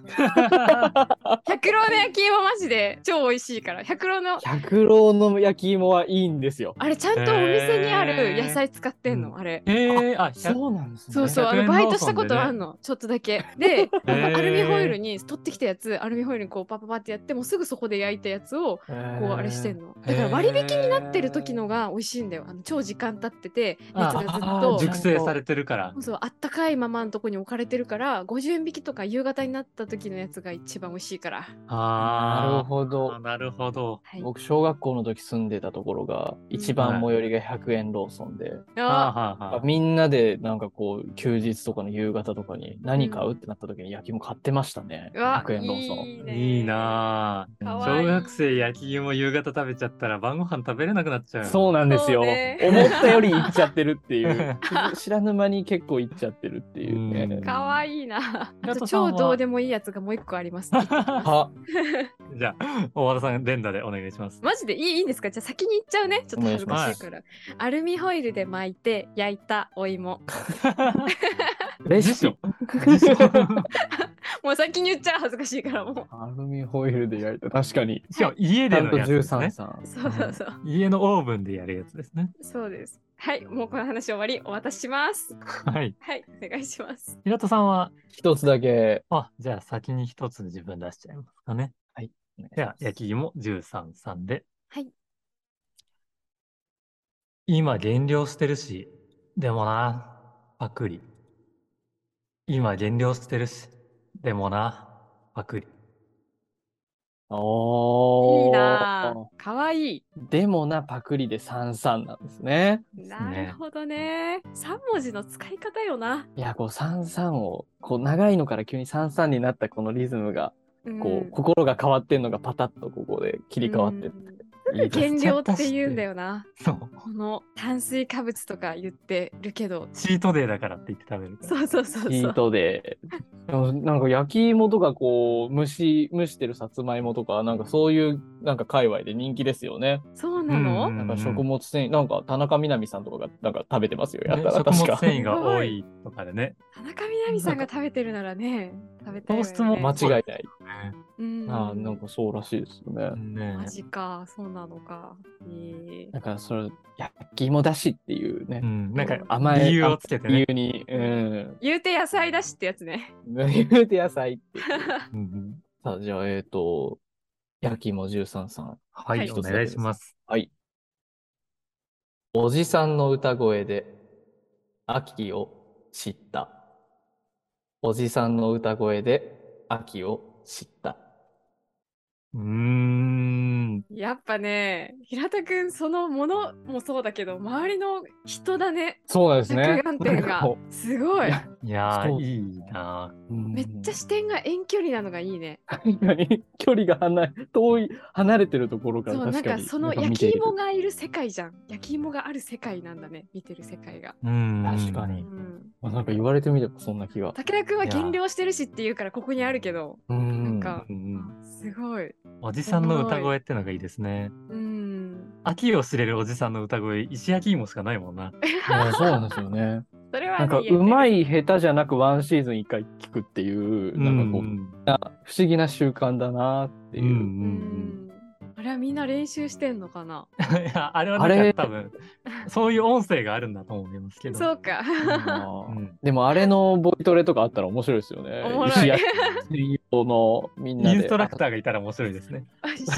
Speaker 1: 百郎の焼き芋マジで超美味しいから。百郎の
Speaker 3: 百郎の焼き芋はいいんですよ。
Speaker 1: あれちゃんとお店にある野菜使ってんの、
Speaker 3: へ
Speaker 1: あれ。
Speaker 2: えー、あ、100
Speaker 3: そうなんですね。
Speaker 1: そうそう、あ
Speaker 2: 100
Speaker 1: の
Speaker 2: 円
Speaker 1: バイトしたこ
Speaker 2: ローソンで
Speaker 1: と
Speaker 2: ね
Speaker 1: あんの、ちょっとだけ。 で、あ
Speaker 2: へ
Speaker 1: の
Speaker 2: ー
Speaker 1: アルミホイルに取ってきたやつ、アルミホイルにこうパパパってやって、もうすぐそこで焼いたやつを
Speaker 3: こう
Speaker 1: こうあれしてんの。だから割引になってる時のが美味しいんだよ。あの超時間経ってて、熱
Speaker 2: あ
Speaker 1: がずっ
Speaker 3: あ
Speaker 1: と
Speaker 3: ー。
Speaker 2: 熟成されてるから
Speaker 1: そう。そうあったかいままのとこに置かれてるから50匹とか夕方になった時のやつが一番美味しいから、
Speaker 2: あー
Speaker 3: なるほ
Speaker 2: あ
Speaker 3: ど。
Speaker 2: なるほど。
Speaker 1: はい、
Speaker 3: 僕小学校の時住んでたところが一番最寄りが100円ローソンで、
Speaker 1: あ
Speaker 2: あーはーはー
Speaker 3: みんなでなんかこう休日とかの夕方とかに何買うってなった時に焼き芋買ってましたね、
Speaker 1: うわ
Speaker 3: 100円ローソン
Speaker 1: いいね
Speaker 2: いいな
Speaker 1: か
Speaker 2: あ
Speaker 1: わいい
Speaker 2: 小学生焼き芋夕方食べちゃったら晩ご飯食べれなくなっちゃうよ
Speaker 3: そうなんですよ、
Speaker 1: そうね
Speaker 3: 思ったより行っちゃってるっていう
Speaker 2: ね
Speaker 3: 知らぬ間に結構行っちゃってるっていうね、
Speaker 2: うん
Speaker 1: かわいいなあ
Speaker 2: 平
Speaker 1: と
Speaker 2: 田さんは
Speaker 1: 超どうでもいいやつがもう一個あります
Speaker 3: は
Speaker 2: じゃあ大和田さん連打でお願いします
Speaker 1: マジでいいいいんですかじゃあ先に言っちゃうねちょっと恥ずかしいからアルミホイルで巻いて焼いたお 芋
Speaker 3: レシピ
Speaker 2: 辞書
Speaker 1: もう先に言っちゃう恥ずかしいからもう
Speaker 3: アルミホイルで焼いた確かに
Speaker 2: しかも家
Speaker 3: ち
Speaker 2: で
Speaker 3: ゃん
Speaker 2: の
Speaker 3: と
Speaker 2: やつです
Speaker 3: 13
Speaker 2: ね
Speaker 3: さん
Speaker 1: そうそうそう
Speaker 2: 家のオーブンでやるやつですね
Speaker 1: そうですはいもうこの話終わりお渡しします
Speaker 2: はい
Speaker 1: はいお願いします
Speaker 2: 平田さんは
Speaker 3: 一つだけ
Speaker 2: あじゃあ先に一つ自分出しちゃいますかね
Speaker 3: お願いします
Speaker 2: では焼き芋133で
Speaker 1: はい
Speaker 2: 今減量してるし、でもな、パクリ。今減量してるし、でもな、パクリ。
Speaker 3: おー
Speaker 1: いいなあかわいい
Speaker 3: でもなパクリで三三なんですね。
Speaker 1: なるほどね。三文字の使い方よな。
Speaker 3: いやこう三三をこう長いのから急に三三になったこのリズムがこう、
Speaker 1: うん
Speaker 3: 心が変わってんのがパタッとここで切り替わって、
Speaker 1: うん
Speaker 3: いいです
Speaker 1: 減量って言うんだよな。
Speaker 2: そう。
Speaker 1: この炭水化物とか言ってるけど。
Speaker 2: チートデーだからって言って食べるから。
Speaker 1: そうそうそう
Speaker 3: ヒ
Speaker 1: そ
Speaker 3: ー
Speaker 1: う。
Speaker 3: トでなんか焼き芋とかこう蒸し蒸してるさつまいもとかなんかそういうなんか界隈で人気ですよね。
Speaker 1: そうなの、
Speaker 2: うん
Speaker 3: なんか食物繊維、なんか田中みな実さんとかがなんか食べてますよや
Speaker 2: ね
Speaker 3: ったら
Speaker 2: 食
Speaker 3: 確
Speaker 2: 物
Speaker 3: か。
Speaker 2: 繊維が多いとかでね。
Speaker 1: 田中みな実さんが食べてるなら ね、食べたいわよね、
Speaker 2: 糖質も
Speaker 3: 間
Speaker 2: 松
Speaker 3: 違いない。
Speaker 1: うん、
Speaker 3: あーなんかそうらしいですよね。
Speaker 2: ね
Speaker 1: マジか、そうなのか。え
Speaker 3: だからそれ焼き芋だしっていうね。
Speaker 2: うん、なんか
Speaker 3: 甘い
Speaker 2: 理由をつけてね。
Speaker 3: 理由に、うん、
Speaker 1: 言うて野菜だしってやつね。
Speaker 3: 言うて野菜って。
Speaker 2: うんうん
Speaker 3: さあ、じゃあ、えっ、と、焼き芋13さん。
Speaker 2: は、
Speaker 1: はいい
Speaker 2: お願いします。
Speaker 3: はい。おじさんの歌声で、秋を知った。おじさんの歌声で、秋を知った。
Speaker 2: うーん。
Speaker 1: やっぱね、平田くん、そのものもそうだけど、周りの人だね。
Speaker 3: そうなんです
Speaker 1: 着
Speaker 3: ね。
Speaker 1: 眼点が
Speaker 3: なんかこ
Speaker 1: すごい。
Speaker 2: いやー、
Speaker 3: そう
Speaker 2: いいな
Speaker 3: ううん
Speaker 1: めっちゃ視点が遠距離なのがいいね。
Speaker 3: 確かに距離が離れ遠い離れてるところから
Speaker 1: そう
Speaker 3: 確
Speaker 1: なん
Speaker 3: か
Speaker 1: か
Speaker 3: に
Speaker 1: その
Speaker 3: なんか
Speaker 1: 焼
Speaker 3: 見て
Speaker 1: き
Speaker 3: いる
Speaker 1: 芋がいる世界じゃん。焼き芋がある世界なんだね。見てる世界が。
Speaker 2: ー。うん。
Speaker 3: 確か
Speaker 1: う
Speaker 3: に
Speaker 1: ん、
Speaker 3: あなんか言われてみればそんな気が。
Speaker 1: 武田君は減量してるしっていうからここにあるけど、
Speaker 3: うん
Speaker 1: か
Speaker 2: うんうん
Speaker 1: すごい。
Speaker 2: おじさんの歌声ってのがいいですね。
Speaker 1: うん。
Speaker 2: 秋を知れるおじさんの歌声、石焼き芋しかないもんな。
Speaker 3: ねそうなんですよね。
Speaker 1: それは
Speaker 3: なんか
Speaker 1: 言えて
Speaker 3: う
Speaker 1: る
Speaker 3: まい下手じゃなくワンシーズン一回聞くっていう、なんかこう、不思議な習慣だなって
Speaker 2: う
Speaker 3: い
Speaker 2: ん
Speaker 3: う。
Speaker 2: う
Speaker 1: うんん。あれはみんな練習してんのかな。
Speaker 2: うん、いや あれはな
Speaker 3: あ
Speaker 2: ん
Speaker 3: れ
Speaker 2: か多分そういう音声があるんだと思いますけど。
Speaker 1: そう か。
Speaker 3: あ
Speaker 2: う
Speaker 3: ー
Speaker 2: ん
Speaker 3: でもあれのボイトレとかあったら面白いですよね。
Speaker 1: おもろい
Speaker 3: 石焼き専用のみんな
Speaker 2: イ
Speaker 3: で
Speaker 2: ンストラクターがいたら面白いですね。
Speaker 1: 石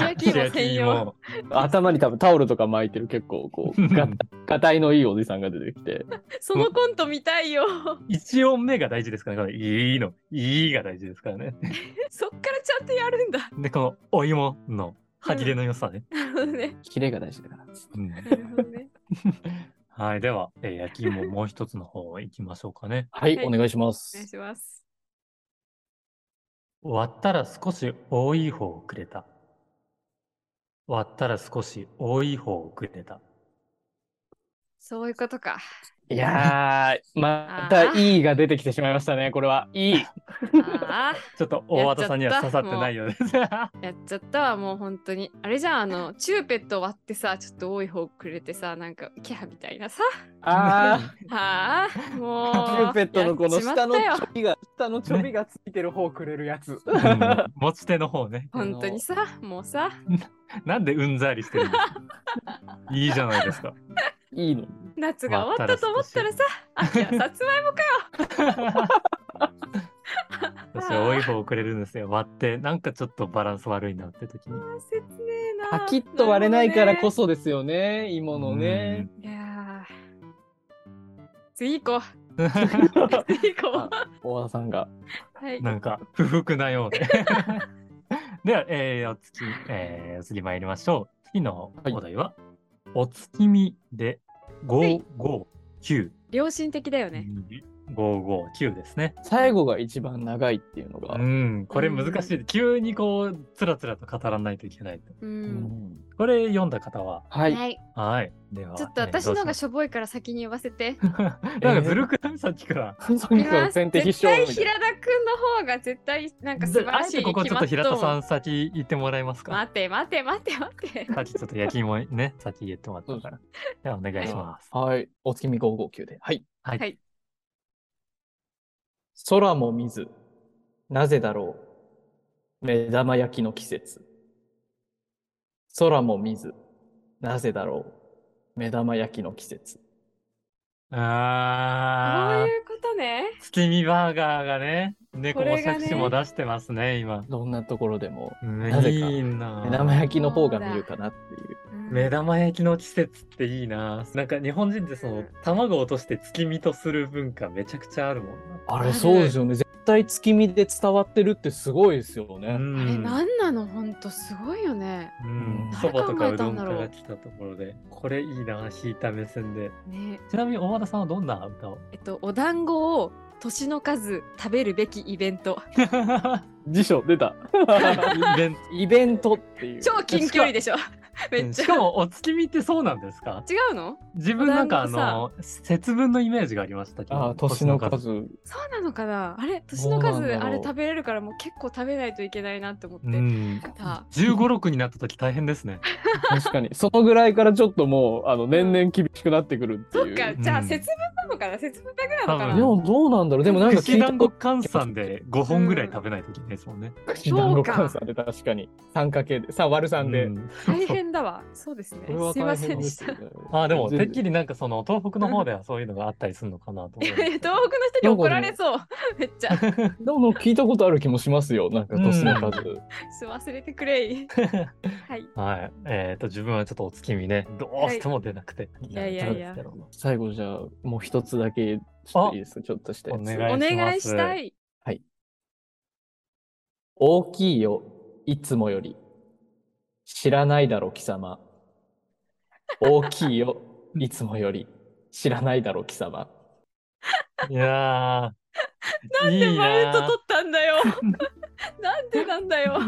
Speaker 1: 焼き芋専用。
Speaker 3: あ頭に多分タオルとか巻いてる結構こ うががたいのいいおじさんが出てきて
Speaker 1: そのコント見たいよ。
Speaker 2: 一音目が大事ですからね。このいいの、いいが大事ですからね。
Speaker 1: そっからちゃんとやるんだ。
Speaker 2: で、このお芋の歯切れの良さね。
Speaker 1: なるほどね。
Speaker 3: キレが大事だから。
Speaker 2: うん
Speaker 1: なるほどね。
Speaker 2: はい、では、えー焼き芋もう一つの方行きましょうかね。
Speaker 3: はい、
Speaker 1: はい
Speaker 3: お願いしま
Speaker 1: お願い
Speaker 3: す。
Speaker 1: します。
Speaker 2: 割ったら少し多い方をくれた。割ったら少し多い方をくれた。
Speaker 1: そういうことか。
Speaker 3: いや ー、また E が出てきてしまいましたね、これは。E。
Speaker 1: あ
Speaker 2: ちょっと大和田さんには刺さってないようです。
Speaker 1: あ、やっちゃったわ、もう本当に。あれじゃん、あの、チューペット割ってさ、ちょっと多い方くれてさ、なんか、キャーみたいなさ。
Speaker 3: あ
Speaker 1: ああ、もう。
Speaker 3: ー、チューペットのこの
Speaker 1: やっちまった
Speaker 3: 下
Speaker 1: よ
Speaker 3: のちょびが、下のちょびがついてる方くれるやつ。
Speaker 2: うん持ち手の方ね。
Speaker 1: 本当にさ、もうさ、
Speaker 2: なんでうんざりしてるんですか いいじゃないですか。
Speaker 3: いいの。
Speaker 1: 夏が終わったと思ったらさ、秋はさつまいもか
Speaker 2: 私多い方をくれるんですよ。割って、なんかちょっとバランス悪いなって時に。
Speaker 1: よ、切ねえな。
Speaker 3: パキッと割れないからこそですよね、芋の
Speaker 2: うん
Speaker 3: ね。
Speaker 1: いやー次行こう。 次行こ
Speaker 3: 大和田さんが。
Speaker 1: う。はい。
Speaker 2: なんか不服なよう で。では、えーお月、えーお次参りましょう。次のお題は、お月見で
Speaker 1: はい
Speaker 2: 559。
Speaker 1: 良心的だよね。
Speaker 2: 559ですね。
Speaker 3: 最後が一番長いっていうのが
Speaker 2: う。ん、これ難しい。急にこう、つらつらと語らないといけない。
Speaker 1: う。
Speaker 3: うんん
Speaker 2: これ読んだ方は、
Speaker 3: はい。
Speaker 2: はい。では、
Speaker 1: ちょっと私の方が
Speaker 2: し
Speaker 1: しょぼいから先に言わ せて。
Speaker 2: なんかずるくないさっきから。
Speaker 3: さっ
Speaker 1: い
Speaker 3: きから
Speaker 1: や
Speaker 3: 先
Speaker 1: 絶
Speaker 3: 手
Speaker 1: 対
Speaker 3: 必勝
Speaker 1: 平田
Speaker 3: み
Speaker 1: く
Speaker 3: たい
Speaker 1: ん
Speaker 3: な。
Speaker 1: の方が絶対なんか素晴
Speaker 2: あ
Speaker 1: ら
Speaker 2: え
Speaker 1: しい
Speaker 2: て
Speaker 1: に
Speaker 2: ここち
Speaker 1: 決
Speaker 2: ょっ
Speaker 1: ま
Speaker 2: と
Speaker 1: っ
Speaker 2: 平田さ
Speaker 1: と
Speaker 2: ん先行ってもらえますか
Speaker 1: 待て待て待て待て。
Speaker 2: さっきちょっと焼き芋ね、先言ってもらったから。ではお願いします。
Speaker 3: はい。お月見559で。はい。
Speaker 2: はい
Speaker 1: はい
Speaker 3: 空も見ず。なぜだろう。目玉焼きの季節。空も見ず。なぜだろう。目玉焼きの季節。
Speaker 1: こ
Speaker 2: あ
Speaker 1: う
Speaker 2: あ、
Speaker 1: いうことね。
Speaker 2: 月見バーガーがね、猫も
Speaker 1: これがね
Speaker 2: 借地も出してますね、今。
Speaker 3: どんなところでも、
Speaker 2: な
Speaker 3: ぜか
Speaker 2: いいな
Speaker 3: 目玉焼きの方が見るかなっていう。
Speaker 1: うん
Speaker 2: 目玉焼きの季節っていいななんか日本人ってその卵を落として月見とする文化めちゃくちゃあるもん
Speaker 3: あ
Speaker 1: あ
Speaker 3: れ
Speaker 1: る
Speaker 3: そうですよね。絶対月見で伝わってるってすごいですよ
Speaker 2: な。
Speaker 1: あ
Speaker 3: ね。
Speaker 1: れ
Speaker 2: ん
Speaker 1: 何なの本当すごいよね。
Speaker 2: うん、そ
Speaker 1: 誰
Speaker 2: ば
Speaker 1: が
Speaker 2: と
Speaker 1: 考
Speaker 2: かう
Speaker 1: えた
Speaker 2: どん
Speaker 1: んだろう
Speaker 2: から来たところで、これいいな、引いた目線で。
Speaker 1: ね
Speaker 2: ちなみに大和田さんはどんな歌を
Speaker 1: えっとお団子を年の数食べるべきイベント。
Speaker 3: 辞書出た。
Speaker 2: イベント
Speaker 3: イベントっていう。
Speaker 1: 超近距離でしょ。め
Speaker 2: う
Speaker 1: っ
Speaker 2: ん
Speaker 1: ち
Speaker 2: し
Speaker 1: ゃ
Speaker 2: かもお月見ってそうなんですか
Speaker 1: 違うの？
Speaker 2: 自分なんかあ
Speaker 1: お団
Speaker 2: の節分のイメージがありましたけど
Speaker 3: ああ、年の数。
Speaker 1: そうなのかなあれ年の
Speaker 3: どう
Speaker 1: 数
Speaker 3: なんだろう
Speaker 1: あれ食べれるからもう結構食べないといけないなって思って、
Speaker 2: うん
Speaker 1: さ
Speaker 2: 15、6になった時大変ですね。
Speaker 3: 確かに。そのぐらいからちょっともう、あの、年々厳しくなってくるって
Speaker 1: そっ
Speaker 3: いう。
Speaker 1: か
Speaker 2: ん
Speaker 1: じゃあ節分なのかな節分だけなのか
Speaker 2: 多
Speaker 1: な
Speaker 2: 分
Speaker 3: でもどうなんだろう。でもなんか聞
Speaker 2: 串
Speaker 3: いた
Speaker 2: 団子
Speaker 3: こ
Speaker 2: 換算で5本ぐらい食べないといけないですもんね。
Speaker 3: と串団子換算で確かに。三かけで、さ、割る三で。
Speaker 2: うん
Speaker 1: 大変だわそうですね
Speaker 3: これは
Speaker 1: すいま
Speaker 3: 大
Speaker 1: せ
Speaker 3: 変
Speaker 1: ん
Speaker 3: で
Speaker 1: でし
Speaker 3: す
Speaker 1: た
Speaker 3: よ
Speaker 1: い
Speaker 3: ね。
Speaker 2: ああでも
Speaker 3: 全
Speaker 2: て
Speaker 3: 然
Speaker 2: っきりなんかその東北の方ではそういうのがあったりするのかなと思
Speaker 1: やいや
Speaker 2: う。
Speaker 1: 東北の人に怒られそうめっちゃ
Speaker 3: でも聞いたことある気もしますよ。なんか年の数。
Speaker 1: 忘れてくれいはい
Speaker 2: はい。えっ、と自分はちょっとお月見ねどうしても出なくて。
Speaker 1: いやいやいや
Speaker 2: なんですけど
Speaker 3: 最後じゃあ、もう一つだけ、ちょっといいですかちょっとしたやつ
Speaker 2: お願い
Speaker 1: お願い
Speaker 2: します
Speaker 1: したい
Speaker 3: 大きいよ、いつもより。知らないだろ、貴様。大きいよ、いつもより。知らないだろ、貴様。
Speaker 2: いやー。なん
Speaker 1: でマウント取ったんだよなんでなんだよ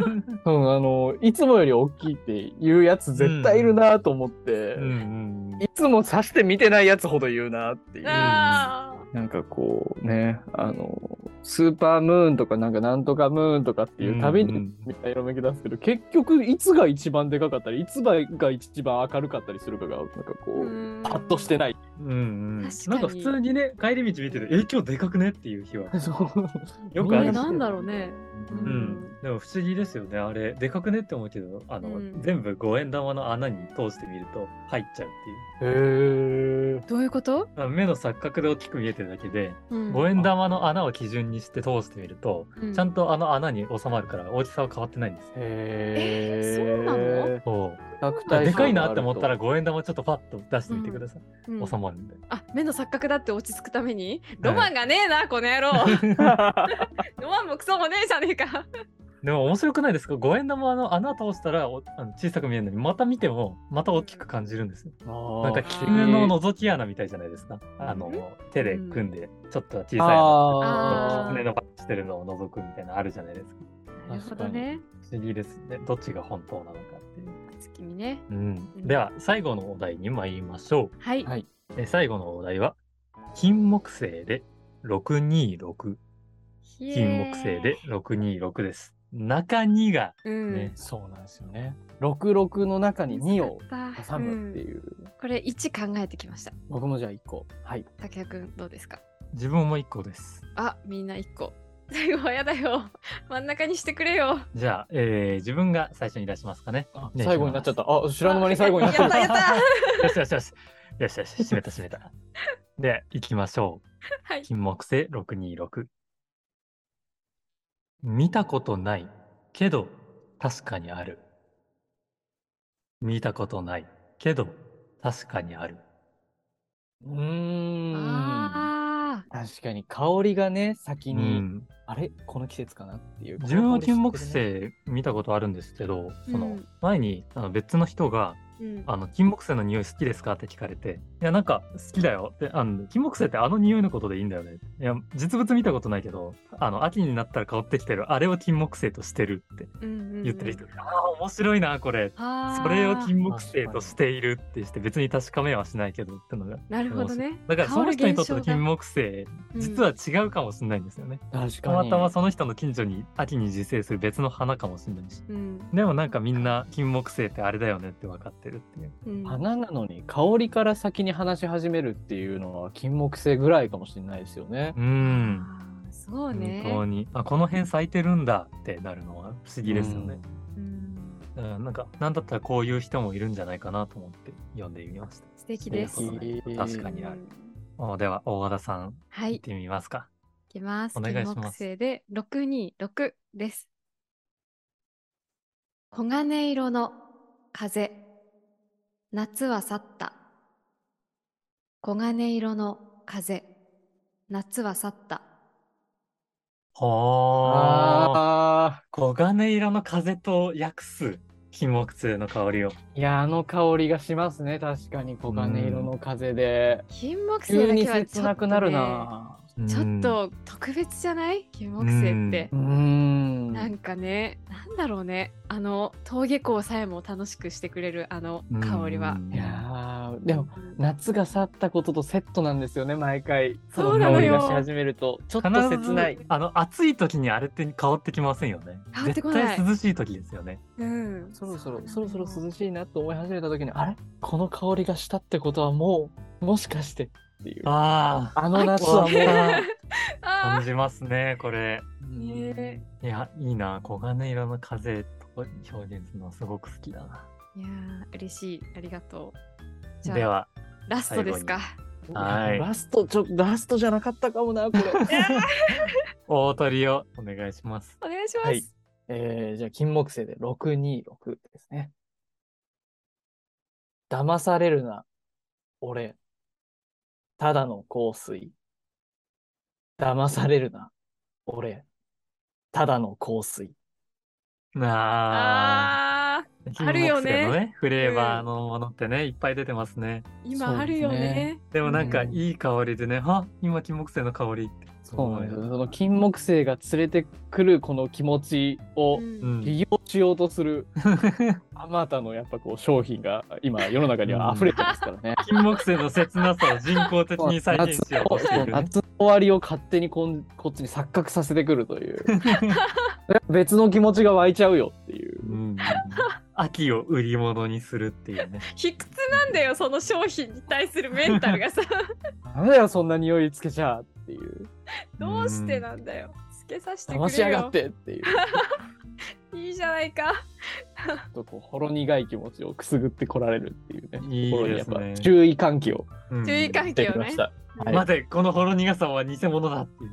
Speaker 3: うん、あの、いつもより大きいって言うやつ絶対いるなと思って、
Speaker 2: うんうんうん。
Speaker 3: いつも指して見てないやつほど言うなっていう。
Speaker 1: あー
Speaker 3: なんかこうね、あの、スーパームーンとかなんかなんとかムーンとかっていうたび
Speaker 2: うんう
Speaker 3: に
Speaker 2: ん
Speaker 3: みんな色めき出すけど、結局いつが一番でかかったり、いつが一番明るかったりするかが、なんかこ
Speaker 1: う
Speaker 3: う、
Speaker 1: ーん
Speaker 3: パッとし てない。
Speaker 2: うんうん、
Speaker 1: 確かに
Speaker 2: なんか普通にね帰り道見ててえ今日でかくねっていう日はよ
Speaker 1: こ
Speaker 2: くあ
Speaker 1: れ
Speaker 2: る
Speaker 3: みん
Speaker 1: なんだろうね
Speaker 3: う
Speaker 2: うんん、でも不思議ですよねあれでかくねって思うけどあの、
Speaker 1: うん
Speaker 2: 全部五円玉の穴に通してみると入っちゃうっていう
Speaker 3: へえ。
Speaker 1: どういうこと、
Speaker 2: あの目の錯覚で大きく見えてるだけで
Speaker 1: うん
Speaker 2: 五円玉の穴を基準にして通してみると、
Speaker 1: うん
Speaker 2: ちゃんとあの穴に収まるから大きさは変わってないんですよ。
Speaker 3: へ
Speaker 1: そうなの
Speaker 2: そう
Speaker 3: そう
Speaker 2: あでかいなって思ったら五円玉ちょっとパッと出してみてください、
Speaker 1: うん
Speaker 2: 収まるんで。
Speaker 1: あ目の錯覚だって落ち着くためにロマンがねえな、この 野郎ロマンもクソもねえじゃねえか
Speaker 2: でも面白くないですか五円玉の穴通したらおあの小さく見えるのにまた見てもまた大きく感じるんですよ。なんか急
Speaker 1: 急に
Speaker 2: の覗き穴みたいじゃないですか。あ
Speaker 1: う
Speaker 2: の手で組んでちょっと小さい穴
Speaker 3: あ
Speaker 1: ー
Speaker 2: 爪のパッチしてるのを覗くみたいなのあるじゃないですか。
Speaker 1: なるほどね。
Speaker 2: 不思議ですね。どっちが本当なのかっていう。
Speaker 1: 月見ね。
Speaker 2: うん、では最後のお題に参りましょう。
Speaker 1: はい。
Speaker 3: はい
Speaker 2: え最後のお題は金木犀で626金木犀で626です。中2が
Speaker 1: イエーイ。うん。
Speaker 2: ね
Speaker 3: そうなんですよね。六六の中に二を挟むって
Speaker 1: うん
Speaker 3: いう。
Speaker 1: これ1考えてきました。
Speaker 3: 僕もじゃあ一個。はい。
Speaker 1: 竹谷くんどうですか
Speaker 2: 自分も1個です。
Speaker 1: あみんな1個。 最後はやだよ。真ん中にしてくれよ。
Speaker 2: じゃあ、えー自分が最初に出しますかね。
Speaker 3: あ
Speaker 2: ね
Speaker 3: 最後になっちゃった。あ知らぬ間に最後になっちゃ
Speaker 1: や
Speaker 3: っ。
Speaker 1: ったやった
Speaker 2: よ
Speaker 1: た。
Speaker 2: しよしよし。よしよし、閉めた閉めた。で、行きましょう。
Speaker 1: はい。
Speaker 2: 金木犀626。見たことないけど確かにある。見たことないけど確かにある。
Speaker 3: うーん。
Speaker 1: ああ。
Speaker 3: 確かに香りがね先
Speaker 2: う
Speaker 3: に、
Speaker 2: ん、
Speaker 3: あれこの季節かなっていう。
Speaker 2: 自分は金木
Speaker 3: 犀
Speaker 2: 犀見たことあるんですけど、そうの
Speaker 1: ん
Speaker 2: 前にあの別の人が
Speaker 1: うん。
Speaker 2: あの金木犀の匂い好きですかって聞かれて「いやなんか好きだよ」ってあの「金木犀ってあの匂いのことでいいんだよね」いや実物見たことないけどあの秋になったら香ってきてるあれを金木犀としてるって言ってる人、ああ面白いなこれ
Speaker 1: ああ。
Speaker 2: それを金木犀としているってして別に確かめはしないけどってのが
Speaker 1: なるほどね。
Speaker 2: だからその人にとって
Speaker 1: 香
Speaker 2: の
Speaker 1: る現象
Speaker 2: 金
Speaker 1: が
Speaker 2: 木犀実は違うかもしれないんですよね、
Speaker 3: 確
Speaker 2: たま
Speaker 3: かに。
Speaker 2: たまその人の近所に秋に自生する別の花かもしれないし
Speaker 1: うん。
Speaker 2: でもなんかみんな金木犀ってあれだよねって分かってるっていう。
Speaker 1: うん
Speaker 3: 花なのに香りから先に話し始めるっていうのは金木犀ぐらいかもしれないですよね。
Speaker 2: うん
Speaker 1: あーそうね。
Speaker 2: 本当にあこの辺咲いてるんだってなるのは不思議ですよね、
Speaker 1: うん
Speaker 2: うん、なんかなんだったらこういう人もいるんじゃないかなと思って読んでみました
Speaker 1: 素敵
Speaker 3: うん。
Speaker 1: です
Speaker 2: 素。
Speaker 3: 敵
Speaker 2: 確かにある
Speaker 1: うん
Speaker 2: おでは大和田さん
Speaker 1: は
Speaker 2: 行っ
Speaker 1: い。
Speaker 2: てみますか、
Speaker 1: いきます。
Speaker 2: お願いします
Speaker 1: 金木犀で六二六です。黄金色の風。夏は去った。黄金色の風。夏は去った。
Speaker 2: はあ
Speaker 3: ああ
Speaker 2: 黄金色の風と訳す金木犀の香りを
Speaker 3: いやあの香りがしますね確かに黄金色の風で、
Speaker 1: 金木犀
Speaker 3: 急
Speaker 1: だ
Speaker 3: に
Speaker 1: けはち
Speaker 3: 切
Speaker 1: ょっ
Speaker 3: な
Speaker 1: と、
Speaker 3: く
Speaker 1: ね
Speaker 3: なる、な。
Speaker 1: ちょっ
Speaker 2: うん
Speaker 1: と特別じゃない金木犀って
Speaker 3: う。ーん。
Speaker 1: なんかね、なんだろうね、あの登下校さえも楽しくしてくれるあの香りは。
Speaker 3: いやーでも夏が去ったこととセットなんですよね毎回
Speaker 1: そうなのよ
Speaker 3: 香りがし始めるとちょっと
Speaker 2: 必
Speaker 3: 切
Speaker 2: ず
Speaker 3: ない
Speaker 2: あの暑い時にあれって香ってきませんよね
Speaker 1: 香って
Speaker 2: 絶
Speaker 1: こない
Speaker 2: 対涼しい時ですよね
Speaker 1: うん、
Speaker 3: そろそろそうろ
Speaker 1: なの
Speaker 3: そろ涼しいなと思い始めた時にあれこの香りがしたってことはもうもしかしてっていうあ
Speaker 2: ああ
Speaker 3: の夏はもう
Speaker 1: 秋あ
Speaker 2: 感じますねこれ
Speaker 3: うん
Speaker 1: ね
Speaker 2: いや、いいな、黄金色の風と表現するのすごく好きだな。
Speaker 1: ーいやー、嬉しい、ありがとう。じ
Speaker 2: で
Speaker 1: ゃあ、
Speaker 2: は、
Speaker 1: ラストですか。
Speaker 2: はい
Speaker 3: ラストちょラストじゃなかったかもなこれ、
Speaker 2: 大鳥をお願いします。
Speaker 1: お願いします。
Speaker 3: はいえー、じゃあ金木犀で626ですね騙されるな俺ただの香水騙されるな俺ただの香水
Speaker 2: なあ、
Speaker 1: ああ、
Speaker 2: 金木犀の
Speaker 1: あるよ
Speaker 2: フレーバーのものってね、いっぱい出てますね。
Speaker 1: 今あるよね。
Speaker 2: でもなんか
Speaker 3: うん
Speaker 2: いい香りでね、あ、今金木犀の香りって。
Speaker 3: そうなんですよ
Speaker 2: 思
Speaker 3: その金木犀が連れてくるこの気持ちを
Speaker 1: うん
Speaker 2: うん
Speaker 3: 利用しようとするあまたのやっぱこう商品が今世の中には溢れてますからね。
Speaker 2: 金木犀の切なさを人工的に再現しようとしてい
Speaker 3: 夏の
Speaker 2: る、ね。
Speaker 3: 夏の終わりを勝手にこんこっちに錯覚させてくるという 別の気持ちが湧いちゃうよっていう
Speaker 2: う。ん秋を売り物にするっていうね。
Speaker 1: 卑屈なんだよ、その商品に対するメンタルがさ、
Speaker 3: なんだよそんな匂いつけちゃっていう
Speaker 1: どうしてなんだよ。つけさせてく
Speaker 3: 騙しや
Speaker 1: れ
Speaker 3: が
Speaker 1: よ
Speaker 3: っ。てっていうち
Speaker 1: いいじゃないか。
Speaker 3: ょっとこうほろ苦い気持ちをくすぐってこられるっていうね
Speaker 2: いい
Speaker 3: ところに
Speaker 2: で
Speaker 3: やっ
Speaker 2: す
Speaker 3: ぱ
Speaker 2: ね
Speaker 3: 注意喚起を
Speaker 2: うん
Speaker 1: 注意喚
Speaker 3: してきました。はい
Speaker 2: 待て、このほろ苦さは偽物だっていう。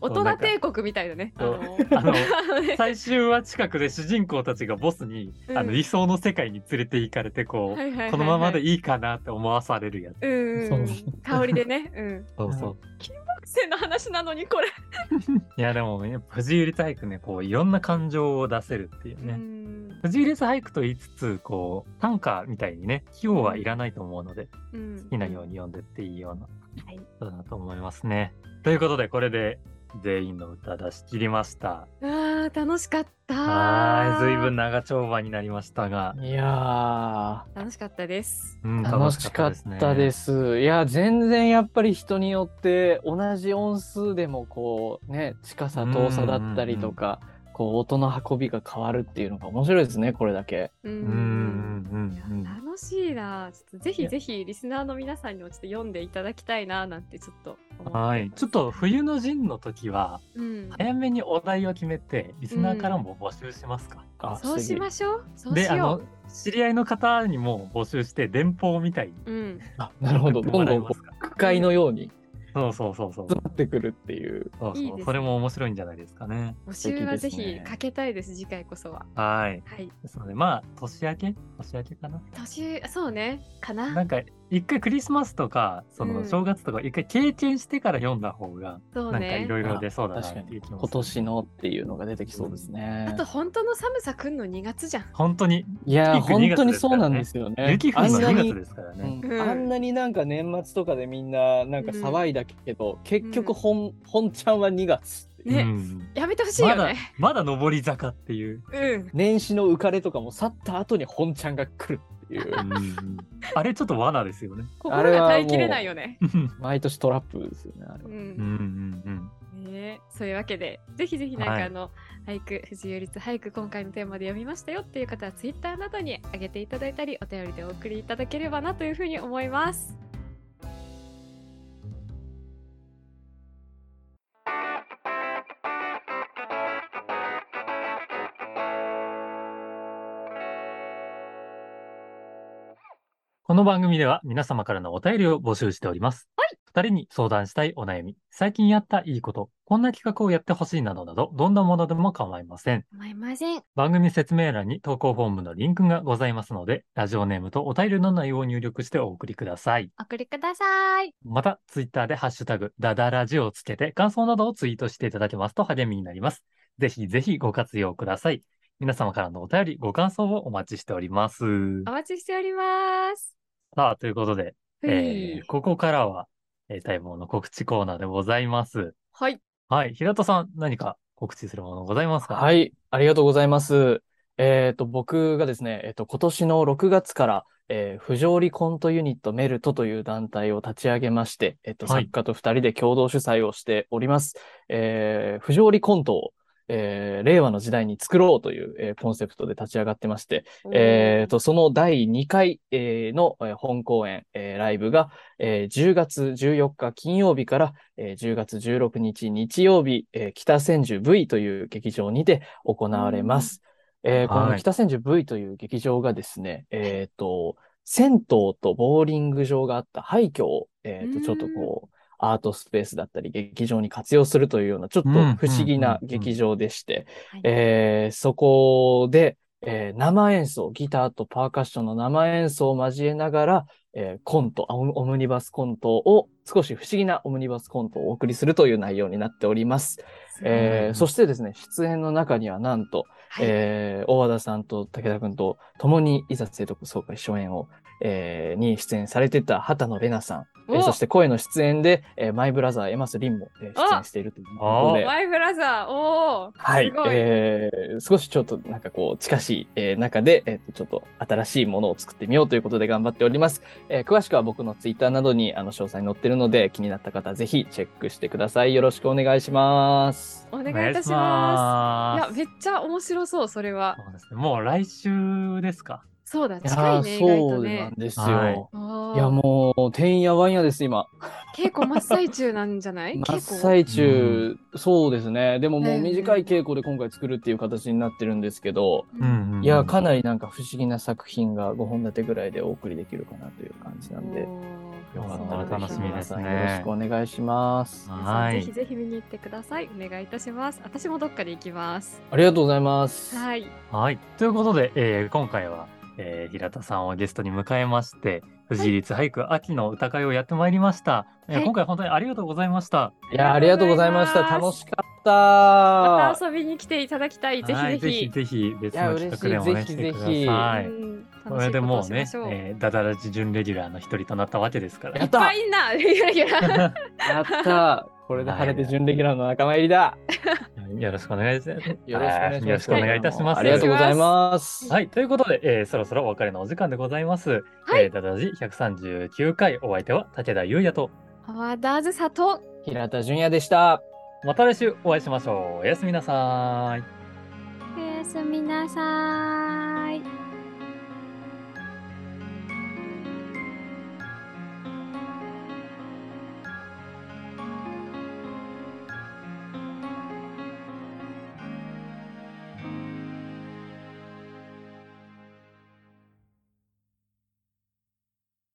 Speaker 1: 大人帝国みたいだね。あ
Speaker 2: そう
Speaker 1: の
Speaker 2: あの
Speaker 1: あのね
Speaker 2: 最終話近くで主人公たちがボスに、
Speaker 1: うん
Speaker 2: あの理想の世界に連れて行かれてこう、
Speaker 1: はいはいはいはい
Speaker 2: このままでいいかなって思わされるやつ。
Speaker 1: うんうんうん、香りでね、うん、
Speaker 2: そう。
Speaker 3: そう
Speaker 1: 学生の話なのにこれ、
Speaker 2: いやでもやっぱ藤井率俳句ねこういろんな感情を出せるっていうね。
Speaker 1: うん
Speaker 2: 藤井率俳句と言いつつこう短歌みたいにね費用はいらないと思うので、
Speaker 1: うん
Speaker 2: 好きなように読んでっていいような
Speaker 1: はい
Speaker 2: そうだなと思いますね。ということでこれで全員の歌出し切りました。
Speaker 1: あー楽しかった
Speaker 2: はい、ずいぶん長丁場になりましたが、
Speaker 3: いや
Speaker 1: 楽しかったです。
Speaker 2: うん
Speaker 3: ー楽しかったですすいや全然やっぱり人によって同じ音数でもこうね近さ遠さだったりとか、こう音の運びが変わるっていうのが面白いですねこれだけ。
Speaker 1: う
Speaker 2: ね。う
Speaker 1: ん
Speaker 2: んうんうんうん。
Speaker 1: 楽しいな。ちょっとぜ
Speaker 3: い
Speaker 1: ひ
Speaker 3: や
Speaker 1: ぜひリスナーの皆さんにもちょっと読んでいただきたいななんてちょっと思って
Speaker 2: はい、ちょっと冬の陣の時は
Speaker 1: うん、
Speaker 2: 早めにお題を決めてリスナーからも募集しますか、
Speaker 3: あ
Speaker 1: そうしますしょう。そう
Speaker 2: で
Speaker 1: し
Speaker 2: あの
Speaker 1: よ
Speaker 2: 知り合いの方にも募集して電報みたいに
Speaker 1: う。うん。
Speaker 3: げえあなるほど
Speaker 2: 送っ
Speaker 3: ど
Speaker 2: ても
Speaker 3: ん
Speaker 2: ら
Speaker 3: ど
Speaker 2: え
Speaker 3: ん
Speaker 2: ま
Speaker 3: こう
Speaker 2: すか
Speaker 3: 句会のように
Speaker 2: そうそうそうそう
Speaker 3: 集まってくるっていう。
Speaker 2: そうそう
Speaker 1: いいですね
Speaker 2: それも面白いんじゃないですかね
Speaker 1: 募集はぜ
Speaker 3: 素敵で
Speaker 1: ひ
Speaker 3: すね
Speaker 1: かけたいです、次回こそは。
Speaker 2: はい
Speaker 1: はい。
Speaker 2: ですのでまあ年明け年明けかな
Speaker 1: 年、そうね、かな。
Speaker 2: なんか一回クリスマスとかそうの
Speaker 1: ん
Speaker 2: 正月とか一回経験してから読んだ方が
Speaker 1: そう
Speaker 2: なんか
Speaker 1: ね
Speaker 2: い。ろいろ出そうだな
Speaker 3: 確か
Speaker 2: ってい
Speaker 3: に
Speaker 2: う気も
Speaker 3: 今年のっていうのが出てきそうですね。
Speaker 1: あと本当の寒さくんの2月じゃん。
Speaker 2: 本当に
Speaker 3: いやー
Speaker 2: ピーク2
Speaker 3: 本当に
Speaker 2: 月です
Speaker 3: そ
Speaker 2: か
Speaker 3: う
Speaker 2: ら
Speaker 3: な
Speaker 2: ね
Speaker 3: んですよね。
Speaker 2: 雪降るの2
Speaker 3: あんなに
Speaker 2: 月ですからね
Speaker 3: うん
Speaker 1: うん
Speaker 3: あんなになんか年末とかでみんななんか騒いだけど、結
Speaker 1: う
Speaker 3: 局
Speaker 1: ん
Speaker 3: 本,、本ちゃんは2月っていう
Speaker 1: ね
Speaker 2: うん
Speaker 1: やめてほしい
Speaker 2: ま
Speaker 1: よ
Speaker 2: だ
Speaker 1: ね。
Speaker 2: まだ上り坂っていう、
Speaker 1: うん。
Speaker 3: 年始の浮かれとかも去った後に本ちゃんが来るっていう
Speaker 2: うんあれちょっと罠ですよね
Speaker 1: 心が耐えきれないよね。
Speaker 3: 毎年トラップですよねあれ
Speaker 1: う。
Speaker 3: は
Speaker 2: うんうんんうん
Speaker 1: ねそういうわけで、ぜひぜひなん
Speaker 2: は
Speaker 1: か
Speaker 2: い
Speaker 1: あの、俳句、藤井律俳句、今回のテーマで読みましたよっていう方は、ツイッターなどに上げていただいたり、お便りでお送りいただければなというふうに思います。
Speaker 2: この番組では皆様からのお便りを募集しております。2人に相談したいお悩み、最近やったいいこと、こんな企画をやってほしいなどなど、どんなものでも構いません。
Speaker 1: 思いません。
Speaker 2: 番組説明欄に投稿フォームのリンクがございますので、ラジオネームとお便りの内容を入力してお送りください。
Speaker 1: お送りください。
Speaker 2: また、ツイッターでハッシュタグ、ダダラジオをつけて、感想などをツイートしていただけますと励みになります。ぜひぜひご活用ください。皆様からのお便り、ご感想をお待ちしております。
Speaker 1: お待ちしております。
Speaker 2: さあ、ということで、
Speaker 1: ふい
Speaker 2: えーここからは、えー、待望の告知コーナーでございます。
Speaker 1: はい。
Speaker 2: はい。平田さん、何か告知するものございますかい。
Speaker 3: はい、ありがとうございます。えっ、と、僕がですね、えっ、と、今年の6月から、えー不条理コントユニットメルトという団体を立ち上げまして、えっ、と、
Speaker 2: はい
Speaker 3: 作家と2人で共同主催をしております。えー不条理コントを、えー令和の時代に作ろうという、えーコンセプトで立ち上がってまして、えっ、と、その第2回、えーの、えー本公演、えーライブが、えー10月14日金曜日から、えー10月16日日曜日、えー北千住 V という劇場にて行われます。えーこ
Speaker 2: は
Speaker 3: の
Speaker 2: い
Speaker 3: 北千住 V という劇場がですね、えっ、と、銭湯とボーリング場があった廃墟を、えー
Speaker 1: うん
Speaker 3: と、ちょっとこう、アートスペースだったり劇場に活用するというような、ちょっと
Speaker 2: うん
Speaker 3: 不思議な
Speaker 2: うん
Speaker 3: 劇場でして、
Speaker 1: はい
Speaker 3: えーそこで、えー生演奏、ギターとパーカッションの生演奏を交えながら、えーコント、オムオムニバスコントを、少し不思議なオムニバスコントをお送りするという内容になっております。
Speaker 1: すごい
Speaker 3: え
Speaker 2: うん
Speaker 3: ーそしてですね、出演の中にはなんと、
Speaker 1: はい
Speaker 3: えー大和田さんと武田君と共にいざ生徒総会初演を、えーに出演されてた畑野玲奈さん、えー
Speaker 1: お
Speaker 3: そして声の出演で、えーマイブラザーエマス・リンも、えー
Speaker 1: あ
Speaker 3: 出演しているということで、
Speaker 1: マイブラザー、おお、
Speaker 3: はい
Speaker 1: すごい、
Speaker 3: えー少しちょっとなんかこう近しい、えー中で、えーとちょっと新しいものを作ってみようということで頑張っております。えー詳しくは僕のツイッターなどにあの詳細載ってるので気になった方ぜひチェックしてください。よろしくお願いします。
Speaker 1: お
Speaker 2: お
Speaker 1: 願
Speaker 2: 願
Speaker 1: い
Speaker 2: い
Speaker 1: いたし
Speaker 2: し
Speaker 1: ま。
Speaker 2: ます
Speaker 1: い
Speaker 2: す。
Speaker 1: や、めっちゃ面白そう、それは。
Speaker 2: そうですね。もう来週ですか。
Speaker 1: そうだ、
Speaker 3: いや
Speaker 1: 近いね、
Speaker 3: ー
Speaker 1: 意外
Speaker 3: そ
Speaker 1: と
Speaker 3: うな
Speaker 1: ね
Speaker 3: ん。ですよ。
Speaker 2: はい
Speaker 1: い
Speaker 3: いやもう、てんやわんやです、今。
Speaker 1: 稽古真っ最中なんじゃない
Speaker 3: 真っ
Speaker 1: 稽古
Speaker 3: 最中、そうですね。でも
Speaker 1: だ
Speaker 3: も
Speaker 1: よ
Speaker 3: う
Speaker 1: ね
Speaker 3: 短い稽古で今回作るっていう形になってるんですけど、
Speaker 2: う
Speaker 1: う
Speaker 2: んん、うん。
Speaker 3: いや、かなりなんか不思議な作品が5本立てぐらいでお送りできるかなという感じなんで、
Speaker 1: お
Speaker 2: よ
Speaker 1: ー
Speaker 2: かった
Speaker 1: そう
Speaker 2: ら楽しみですね
Speaker 3: よろしくお願いします。
Speaker 1: 皆
Speaker 2: は
Speaker 1: さんぜ
Speaker 2: い
Speaker 1: ひ。ぜひ見に行ってください。お願いいたします。私もどっかで行きます。
Speaker 3: ありがとうございます。
Speaker 1: はい。
Speaker 2: はい。ということで、えー今回は、えー平田さんをゲストに迎えまして、藤井律俳句秋の歌会をやってまいりました、えー
Speaker 1: はい
Speaker 2: 今回本当にありがとうございました。
Speaker 3: いや、ありがとうございました。楽
Speaker 1: し
Speaker 3: しかった。
Speaker 1: また遊びに来ていただきたい。ぜ
Speaker 2: はい
Speaker 1: ひぜひ。
Speaker 2: ぜひぜひ別
Speaker 3: いや
Speaker 2: の企画でもね、
Speaker 3: 嬉し
Speaker 2: し
Speaker 3: い
Speaker 2: てくだ
Speaker 3: ぜひぜひ
Speaker 2: さい。
Speaker 1: うん
Speaker 2: これでもうね
Speaker 1: 楽しいことをしましょ、う
Speaker 2: えー、ダダラジ準レギュラーの一人となったわけですか
Speaker 1: い
Speaker 3: や
Speaker 2: ら
Speaker 1: っ
Speaker 3: っ。た
Speaker 1: ぱいいん な。レギュラー
Speaker 3: やった。これで晴れて準レギュラーの仲間入りだ。
Speaker 2: よよろしくお願いします。
Speaker 3: よろしくお願いします。
Speaker 2: よろしくお願いいたします
Speaker 3: ありがとうございます。
Speaker 2: はい、ということで、えーそろそろお別れのお時間でございます。
Speaker 1: はい
Speaker 2: えーダダジ139回、お相手は武田優也と、
Speaker 1: パワーダーズ佐藤
Speaker 3: 平田純也でした。
Speaker 2: また来週お会いしましょう。おやすみなさーい。
Speaker 1: おやすみなさーい